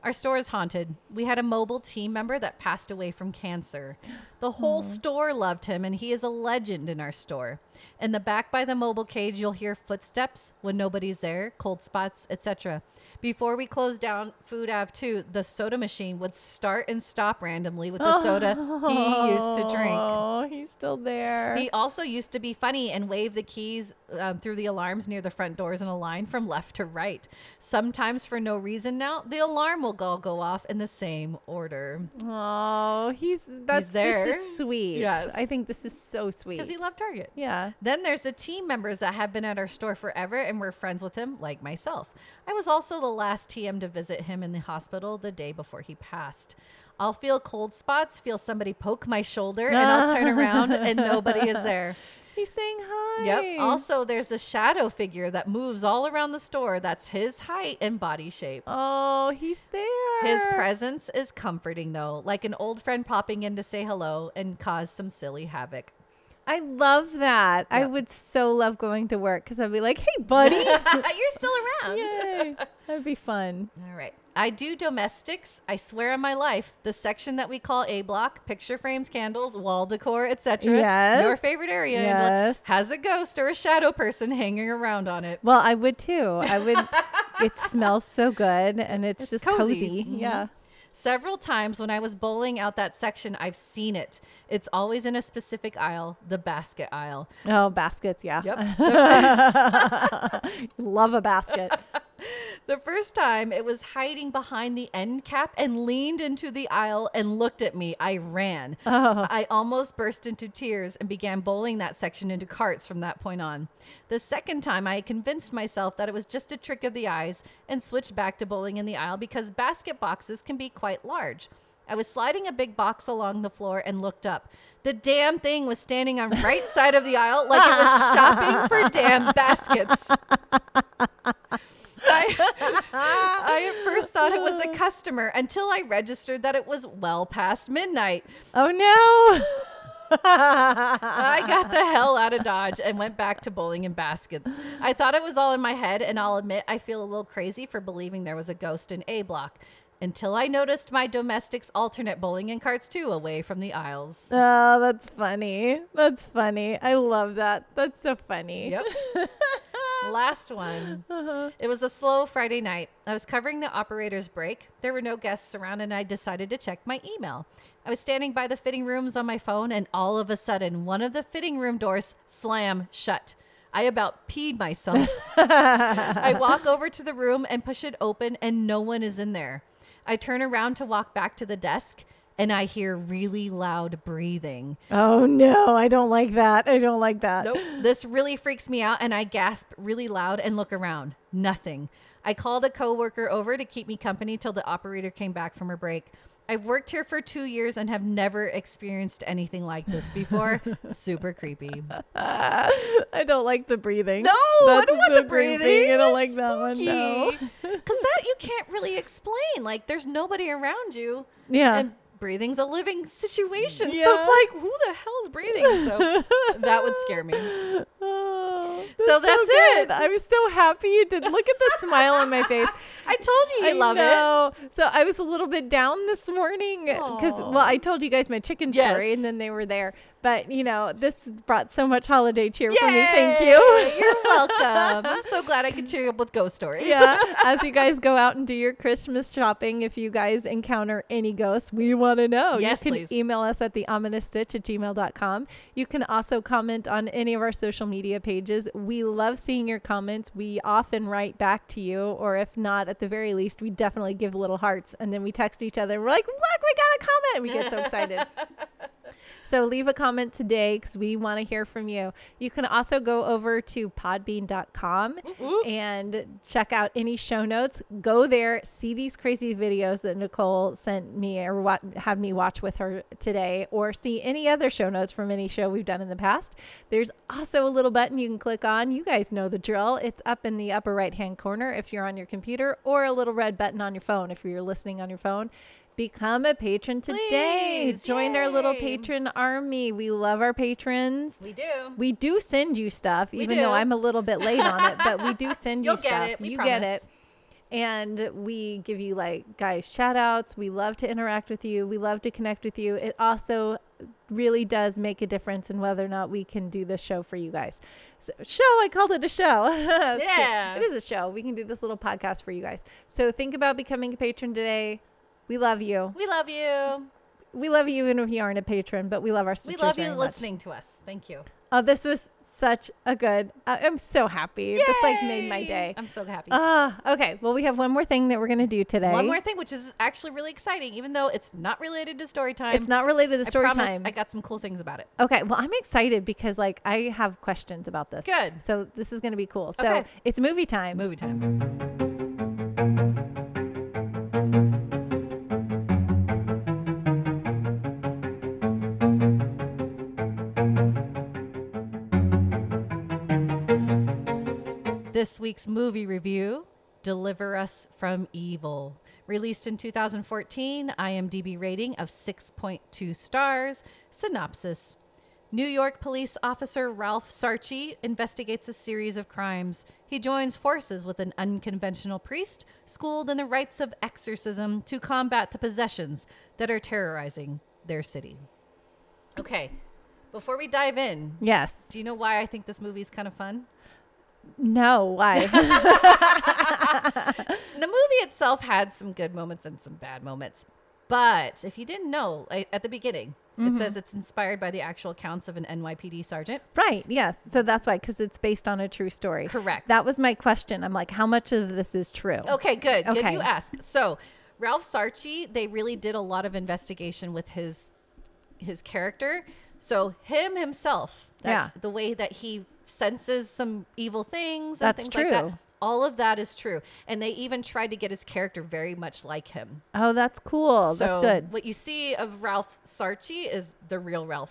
Our store is haunted. We had a mobile team member that passed away from cancer. The whole Hmm. store loved him, and he is a legend in our store. In the back by the mobile cage, you'll hear footsteps when nobody's there, cold spots, etc. Before we closed down Food Ave 2, the soda machine would start and stop randomly with the soda he used to drink. Oh, he's still there. He also used to be funny and wave the keys um, through the alarms near the front doors in a line from left to right. Sometimes, for no reason now, the alarm will all go off in the same order oh, he's that's there. this is sweet. Yes. I think this is so sweet. because he loved Target. yeah. Then there's the team members that have been at our store forever and were friends with him, like myself. I was also the last TM to visit him in the hospital the day before he passed. I'll feel cold spots, feel somebody poke my shoulder, and I'll turn around and nobody is there. He's saying hi. Yep. Also, there's a shadow figure that moves all around the store. That's his height and body shape. Oh, he's there. His presence is comforting, though, like an old friend popping in to say hello and cause some silly havoc. I love that. I would so love going to work because I'd be like, hey, buddy. You're still around. Yay. That'd be fun. All right. I do domestics. I swear on my life. The section that we call A block, picture frames, candles, wall decor, etc. Yes. Your favorite area, Angela, Yes. has a ghost or a shadow person hanging around on it. Well, I would too. I would. it smells so good and it's, just cozy. cozy. Mm-hmm. Mhm. Yeah. Several times when I was bowling out that section, I've seen it. It's always in a specific aisle, the basket aisle. Oh, baskets. Yeah. Yep. Love a basket. The first time it was hiding behind the end cap and leaned into the aisle and looked at me. I ran. I almost burst into tears and began bowling that section into carts from that point on. The second time I convinced myself that it was just a trick of the eyes and switched back to bowling in the aisle because basket boxes can be quite large. I was sliding a big box along the floor and looked up. The damn thing was standing on right side of the aisle like it was shopping for damn baskets. I, I at first thought it was a customer until I registered that it was well past midnight. Oh, no. I got the hell out of Dodge and went back to bowling in baskets. I thought it was all in my head, and I'll admit I feel a little crazy for believing there was a ghost in A block until I noticed my domestics alternate bowling in carts too, away from the aisles. Oh, that's funny. That's funny. I love that. That's so funny. Yep. Last one. It was a slow Friday night. I was covering the operator's break. There were no guests around, and I decided to check my email. I was standing by the fitting rooms on my phone, and all of a sudden, one of the fitting room doors slam shut. I about peed myself. I walk over to the room and push it open, and no one is in there. I turn around to walk back to the desk, and I hear really loud breathing. Oh, no. I don't like that. I don't like that. Nope. This really freaks me out, and I gasp really loud and look around. Nothing. I called a coworker over to keep me company till the operator came back from her break. I've worked here for two years and have never experienced anything like this before. Super creepy. I don't like the breathing. No, I That's don't want so the breathing. creepy. I don't That's like that one. No. Because that you can't really explain. Like, there's nobody around you. Yeah. And breathing's a living situation. So Yeah. it's like, who the hell's breathing? So that would scare me. Oh, So that's good. it. I'm so happy you did. Look at the smile on my face. I told you you love it. it. So I was a little bit down this morning because, well, Aw. I told you guys my chicken Yes. story, and then they were there. But you know, this brought so much holiday cheer for me. Thank you. Yay! You're welcome. I'm so glad I could cheer you up with ghost stories. yeah. As you guys go out and do your Christmas shopping, if you guys encounter any ghosts, we want to know. Yes, you can please. email us at the ominous stitch at gmail.com. You can also comment on any of our social media pages. We love seeing your comments. We often write back to you, or if not, at the very least, we definitely give little hearts. And then we text each other. We're like, look, we got a comment. And we get so excited. So leave a comment today because we want to hear from you. You can also go over to podbean.com and check out any show notes. Go there, see these crazy videos that Nicole sent me or what had me watch with her today, or see any other show notes from any show we've done in the past. There's also a little button you can click on. You guys know the drill. It's up in the upper right hand corner if you're on your computer, or a little red button on your phone if you're listening on your phone. Become a patron today. Please, Join our little yay. patron patron army. We love our patrons. We do. We do send you stuff, even do. though I'm a little bit late on it, but we do send you You'll get stuff. it. We you get promise. it. And we give you like guys shout outs. We love to interact with you. We love to connect with you. It also really does make a difference in whether or not we can do this show for you guys. So, show, I called it a show. It's cute. Yeah. It is a show. We can do this little podcast for you guys. So think about becoming a patron today. We love you. We love you. We love you even if you aren't a patron, but we love our We sisters love very you much. listening to us. Thank you. Oh, this was such a good. I I'm so happy. This like made my Yay! day. I'm so happy. Ah, okay. Well, we have one more thing that we're gonna do today. One more thing, which is actually really exciting, even though it's not related to story time. It's not related to story I promise time. I got some cool things about it. okay. Well, I'm excited because like I have questions about this. Good. So this is gonna be cool. So Okay. it's movie time. Movie time. this week's movie review Deliver Us from Evil. Released in 2014, IMDb rating of 6.2 stars. Synopsis New York police officer Ralph Sarchi investigates a series of crimes. He joins forces with an unconventional priest schooled in the rites of exorcism to combat the possessions that are terrorizing their city. Okay, before we dive in, Yes. do you know why I think this movie is kind of fun? No, why? The movie itself had some good moments and some bad moments. But if you didn't know, I, at the beginning, it says it's inspired by the actual accounts of an NYPD sergeant. right. Yes. So that's why, because it's based on a true story. Correct. Oh. That was my question. I'm like, how much of this is true? Okay, good. Good Okay. you ask. So, Ralph Sarchi, they really did a lot of investigation with his his character. So, him himself, that, Yeah. the way that he senses some evil things and That's things like that. true. All of that is true. And they even tried to get his character very much like him. Oh, that's cool. that's So good. What you see of Ralph Sarchi is the real Ralph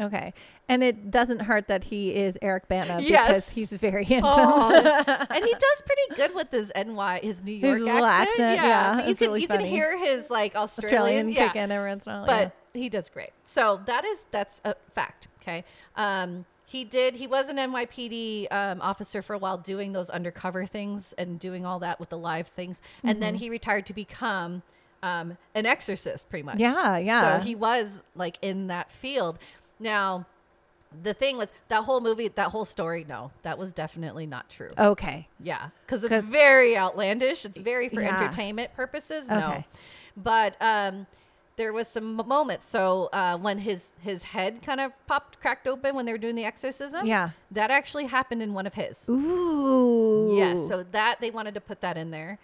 Okay. And it doesn't hurt that he is Eric Bana because Yes. he's very handsome. Oh, and he does pretty good with his NY, his New York His little accent. accent, yeah, but you it's can really you can funny. hear his like Australian, Australian yeah. kick in every once in a while. yeah. but he does great. So that is that's a fact. Okay. Um, he did. He was an NYPD um, officer for a while, doing those undercover things and doing all that with the live things, and Mm-hmm. then he retired to become um, an exorcist, pretty much. Yeah, yeah. So he was like in that field. Now, the thing was that whole movie, that whole story. No, that was definitely not true. "Oh, Okay. Yeah, because it's 'Cause- very outlandish. It's very for Yeah. entertainment purposes. No, Okay. but um, there was some mo- moments. So uh, when his his head kind of popped, cracked open when they were doing the exorcism. Yeah. that actually happened in one of his. Ooh. Oh. Yes, so that they wanted to put that in there.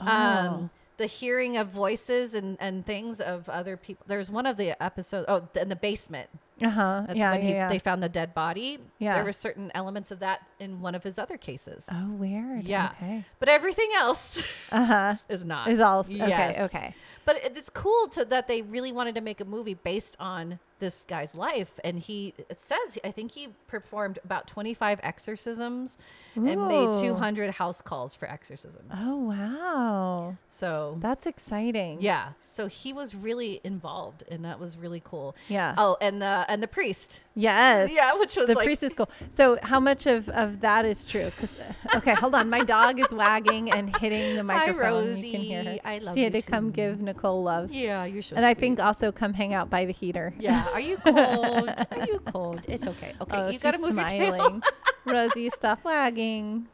Um, the hearing of voices and, and things of other people. There's one of the episodes. Oh, in the basement uh huh. at- Yeah. when yeah, he, yeah. they found the dead body. Yeah. there were certain elements of that in one of his other cases. oh, weird. Yeah. Okay. But everything else Uh huh. is not. Is all s- okay, Yes. okay. But it- it's cool to that they really wanted to make a movie based on this guy's life and he it says I think he performed about 25 exorcisms and made Ooh. 200 house calls for exorcisms. Oh, wow. So That's exciting. yeah, so he was really involved and that was really cool. Yeah. Oh, and the and the priest. Yes. Yeah, which was the like priest is cool. So, how much of, of that is true? 'Cause- uh, okay, hold on. My dog is wagging and hitting the Hi, microphone. You can hear her. Rosie. I love she had you to come too. give Nicole loves. Yeah, you should. And I think also come hang out by the heater. Yeah, are you cold? are you cold? It's okay. Okay, Oh, you she's got to move your tail. smiling. Rosie, stop wagging.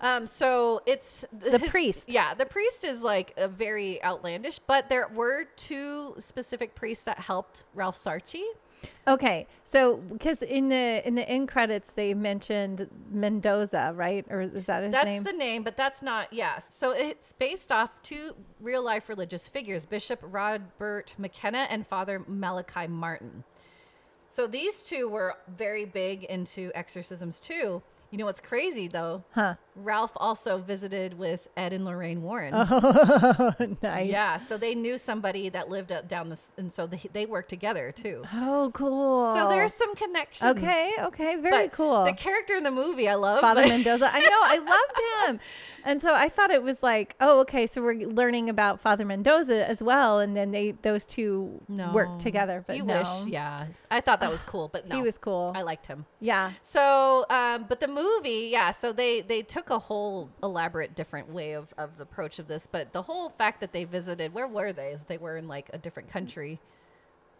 Um, so it's The priest. Yeah, the priest is like a very outlandish, but there were two specific priests that helped Ralph Sarchi. Okay, so because in the in the end credits they mentioned Mendoza, right? Or is that his That's name? the name, but that's not yeah. So it's based off two real life religious figures, Bishop Robert McKenna and Father Malachi Martin. So these two were very big into exorcisms too. You know what's crazy though? huh? Ralph also visited with Ed and Lorraine Warren. Oh, nice. Yeah, so they knew somebody that lived up down this, and so they, they worked together too. Oh, cool. So there's some connections. okay, okay, very But cool. The character in the movie, I love. Father but- Mendoza. I know, I loved him. And so I thought it was like, oh, okay, so we're learning about Father Mendoza as well, and then they those two work together. But you no, wish, yeah. I thought that was cool, but no, he was cool. I liked him. yeah. So, um, but the movie, yeah. So they they took a whole elaborate different way of of the approach of this, but the whole fact that they visited, where were they? They were in like a different country.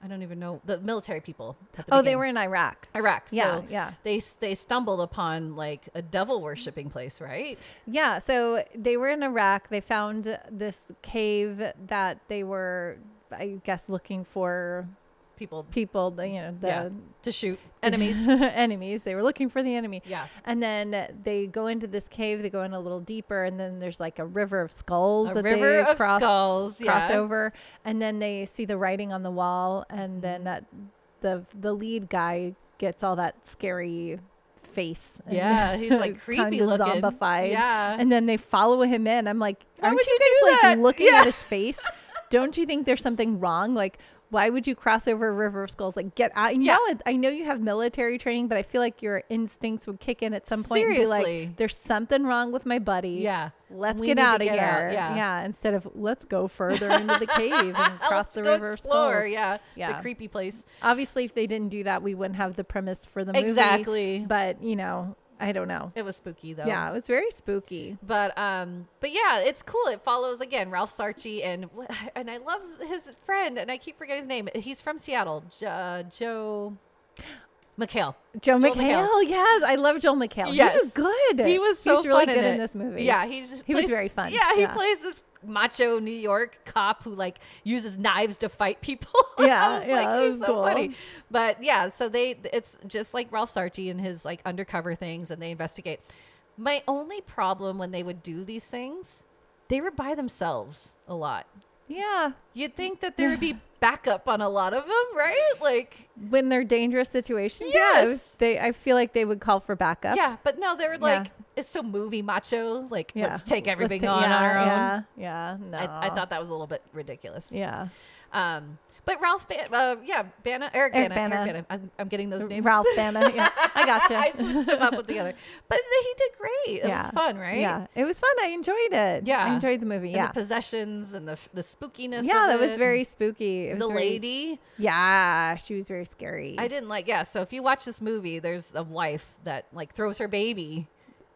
I don't even know the military people. at the Oh, they beginning. were in Iraq. Iraq. Yeah, so yeah. They s- they stumbled upon like a devil worshipping place, right? Yeah, so they were in Iraq. They found this cave that they were, I guess, looking for People, people. the- You know, the yeah, to shoot enemies. enemies. They were looking for the enemy. Yeah. And then they go into this cave. They go in a little deeper, and then there's like a river of skulls. A that river they of cross, skulls, Cross yeah. over, and then they see the writing on the wall, and then that the the lead guy gets all that scary face. and Yeah, he's, like, creepy kinda looking. zombified. Yeah. And then they follow him in. I'm like, Why aren't would you you guys do like that? looking Yeah. at his face? Don't you think there's something wrong? Like. why would you cross over a river of skulls? Like, get out. I know, Yeah. it, I know you have military training, but I feel like your instincts would kick in at some point and be Seriously. like, there's something wrong with my buddy. Yeah. Let's We get need to out of get here. out, yeah. Instead of let's go further into the cave and Ah, cross let's the go river of explore. skulls. Yeah. Yeah. The creepy place. Obviously, if they didn't do that, we wouldn't have the premise for the movie. Exactly. But, you know, I don't know. It was spooky though. Yeah, it was very spooky. But um, but yeah, it's cool. It follows again Ralph Sarchi and and I love his friend and I keep forgetting his name. He's from Seattle, J- uh, Joe McHale. Joe, Joel McHale, McHale. yes, I love Joel McHale. He was Yes. good. He was so He's really fun good in it. this movie. Yeah, he just He was very fun. Yeah, he Yeah. plays this macho New York cop who like uses knives to fight people. Yeah, I was yeah, like, that he's was so cool. funny. But yeah, so they it's just like Ralph Sarchi and his like undercover things, and they investigate. My only problem when they would do these things, they were by themselves a lot. Yeah. You'd think that there would be backup on a lot of them, right? Like, When they're dangerous situations, yeah, it was- Yes. they. I feel like they would call for backup. yeah, but no, they were Yeah. like, it's so movie macho. Like, Yeah. let's take Let's everything ta- on yeah, on our own. Yeah, yeah. No, I, I thought that was a little bit ridiculous. Yeah, Um, but Ralph, Ban- uh, yeah, Bana, Eric, Eric Bana, Bana. Eric Bana. I'm, I'm getting those names. Ralph Bana. Yeah, I gotcha. I switched them up with the other, but th- he did great. It Yeah. was fun, right? Yeah, it was fun. I enjoyed it. I Yeah. enjoyed the movie. And Yeah, The possessions and the f- the spookiness. yeah, of that was it. very spooky. It was The very- lady, Yeah, she was very scary. I didn't like. Yeah, so if you watch this movie, there's a wife that like throws her baby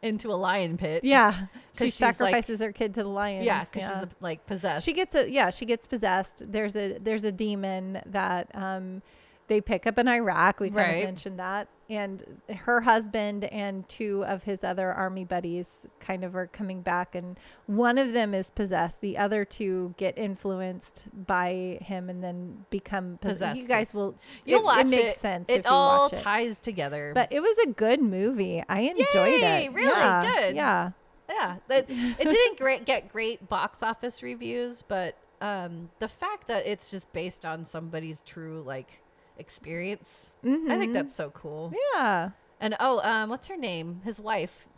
into a lion pit. Yeah, she she's like- sacrifices her kid to the lions. yeah, because she's like possessed. she gets a yeah she gets possessed there's a there's a demon that um they pick up in iraq we kind of Right. mentioned that and her husband and two of his other army buddies kind of are coming back and one of them is possessed the other two get influenced by him and then become possessed, you Possessed. guys will You'll it, watch it makes sense It if you all watch it ties together. but it was a good movie i enjoyed Yay, it really? Yeah, Good. yeah Yeah, that, it didn't great, get great box office reviews, but um, the fact that it's just based on somebody's true like experience, I think that's so cool. yeah And oh, um, what's her name? His wife.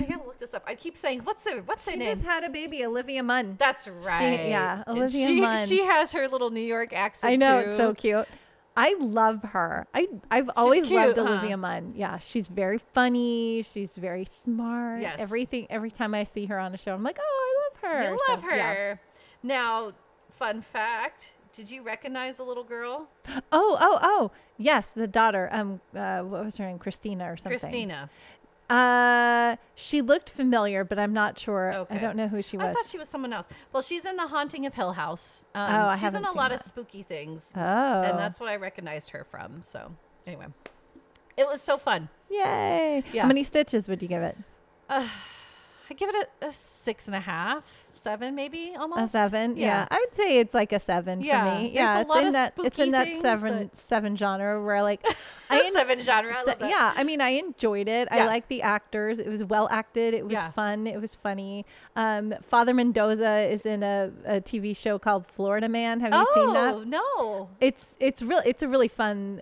I gotta look this up. I keep saying, what's her what's her she name? just had a baby olivia munn that's right. yeah, And Olivia she, Munn. She has her little New York accent. I know too. it's so cute. I love her. I I've always loved cute, huh? Olivia Munn. Yeah, she's very funny. She's very smart. Yes. Everything. Every time I see her on a show, I'm like, oh, I love her. You So, love yeah. her. Now, fun fact: Did you recognize the little girl, Oh oh oh yes, the daughter. Um, uh, what was her name? Christina or something. Christina? Uh, she looked familiar, but I'm not sure. I Okay. don't know who she I was. thought she was someone else. Well, she's in The Haunting of Hill House. Um, Oh, I she's haven't in a seen lot that. of spooky things, oh, and that's what I recognized her from. So, anyway, it was so fun. yay! Yeah. How many stitches would you give it? I give it a, a six and a half, seven maybe, almost A seven, yeah. I would say it's like a seven Yeah. for me. There's Yeah, a it's lot in of that it's in spooky that things, seven but- seven genre where like I en- seven genre. I se- love that. yeah, I mean I enjoyed it. I Yeah. like the actors. It was well acted. It was Yeah. fun. It was funny. Um, Father Mendoza is in a, a TV show called Florida Man. Have you oh seen that? no. It's it's real. It's a really fun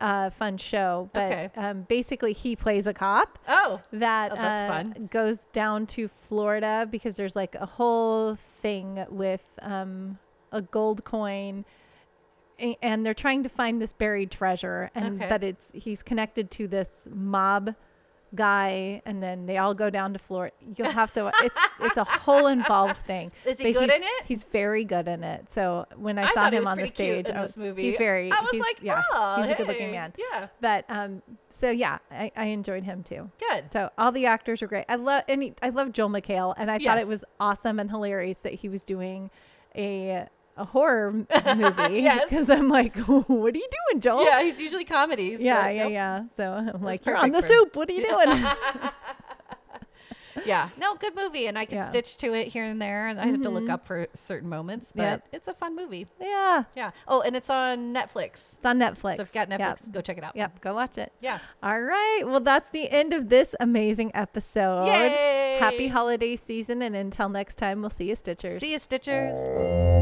uh, fun show. But Okay. um, basically, he plays a cop Oh, that Oh, that's uh, fun. goes down to Florida because there's like a whole thing with um, a gold coin a- and they're trying to find this buried treasure and Okay. but it's he's connected to this mob guy and then they all go down to Florida. You'll have to it's it's a whole involved thing. Is he good he's, in it? He's very good in it. So when I, I saw thought he him was on the pretty cute stage in I was- this movie. He's very I was he's- like, yeah, oh, he's a good looking hey, man. Yeah, But um so yeah, I, I enjoyed him too. good. So all the actors are great. I love and he, I love Joel McHale, and I thought Yes. it was awesome and hilarious that he was doing a a horror m- movie. Yes. Because I'm like, what are you doing, Joel? Yeah, he's usually comedies. Oh. yeah, but yeah, nope. yeah. So I'm like, you're on the perfect for him." soup. What are you doing? yeah no good movie and i can Yeah. Mm-hmm. stitch to it here and there and i have to look up for certain moments but Yep. it's a fun movie yeah, yeah oh and it's on netflix it's on Netflix. so if you got Yep. netflix go check it out Yep, go watch it. yeah All right. Well, that's the end of this amazing episode. Yay! Happy holiday season. And until next time, we'll see you, Stitchers. see you stitchers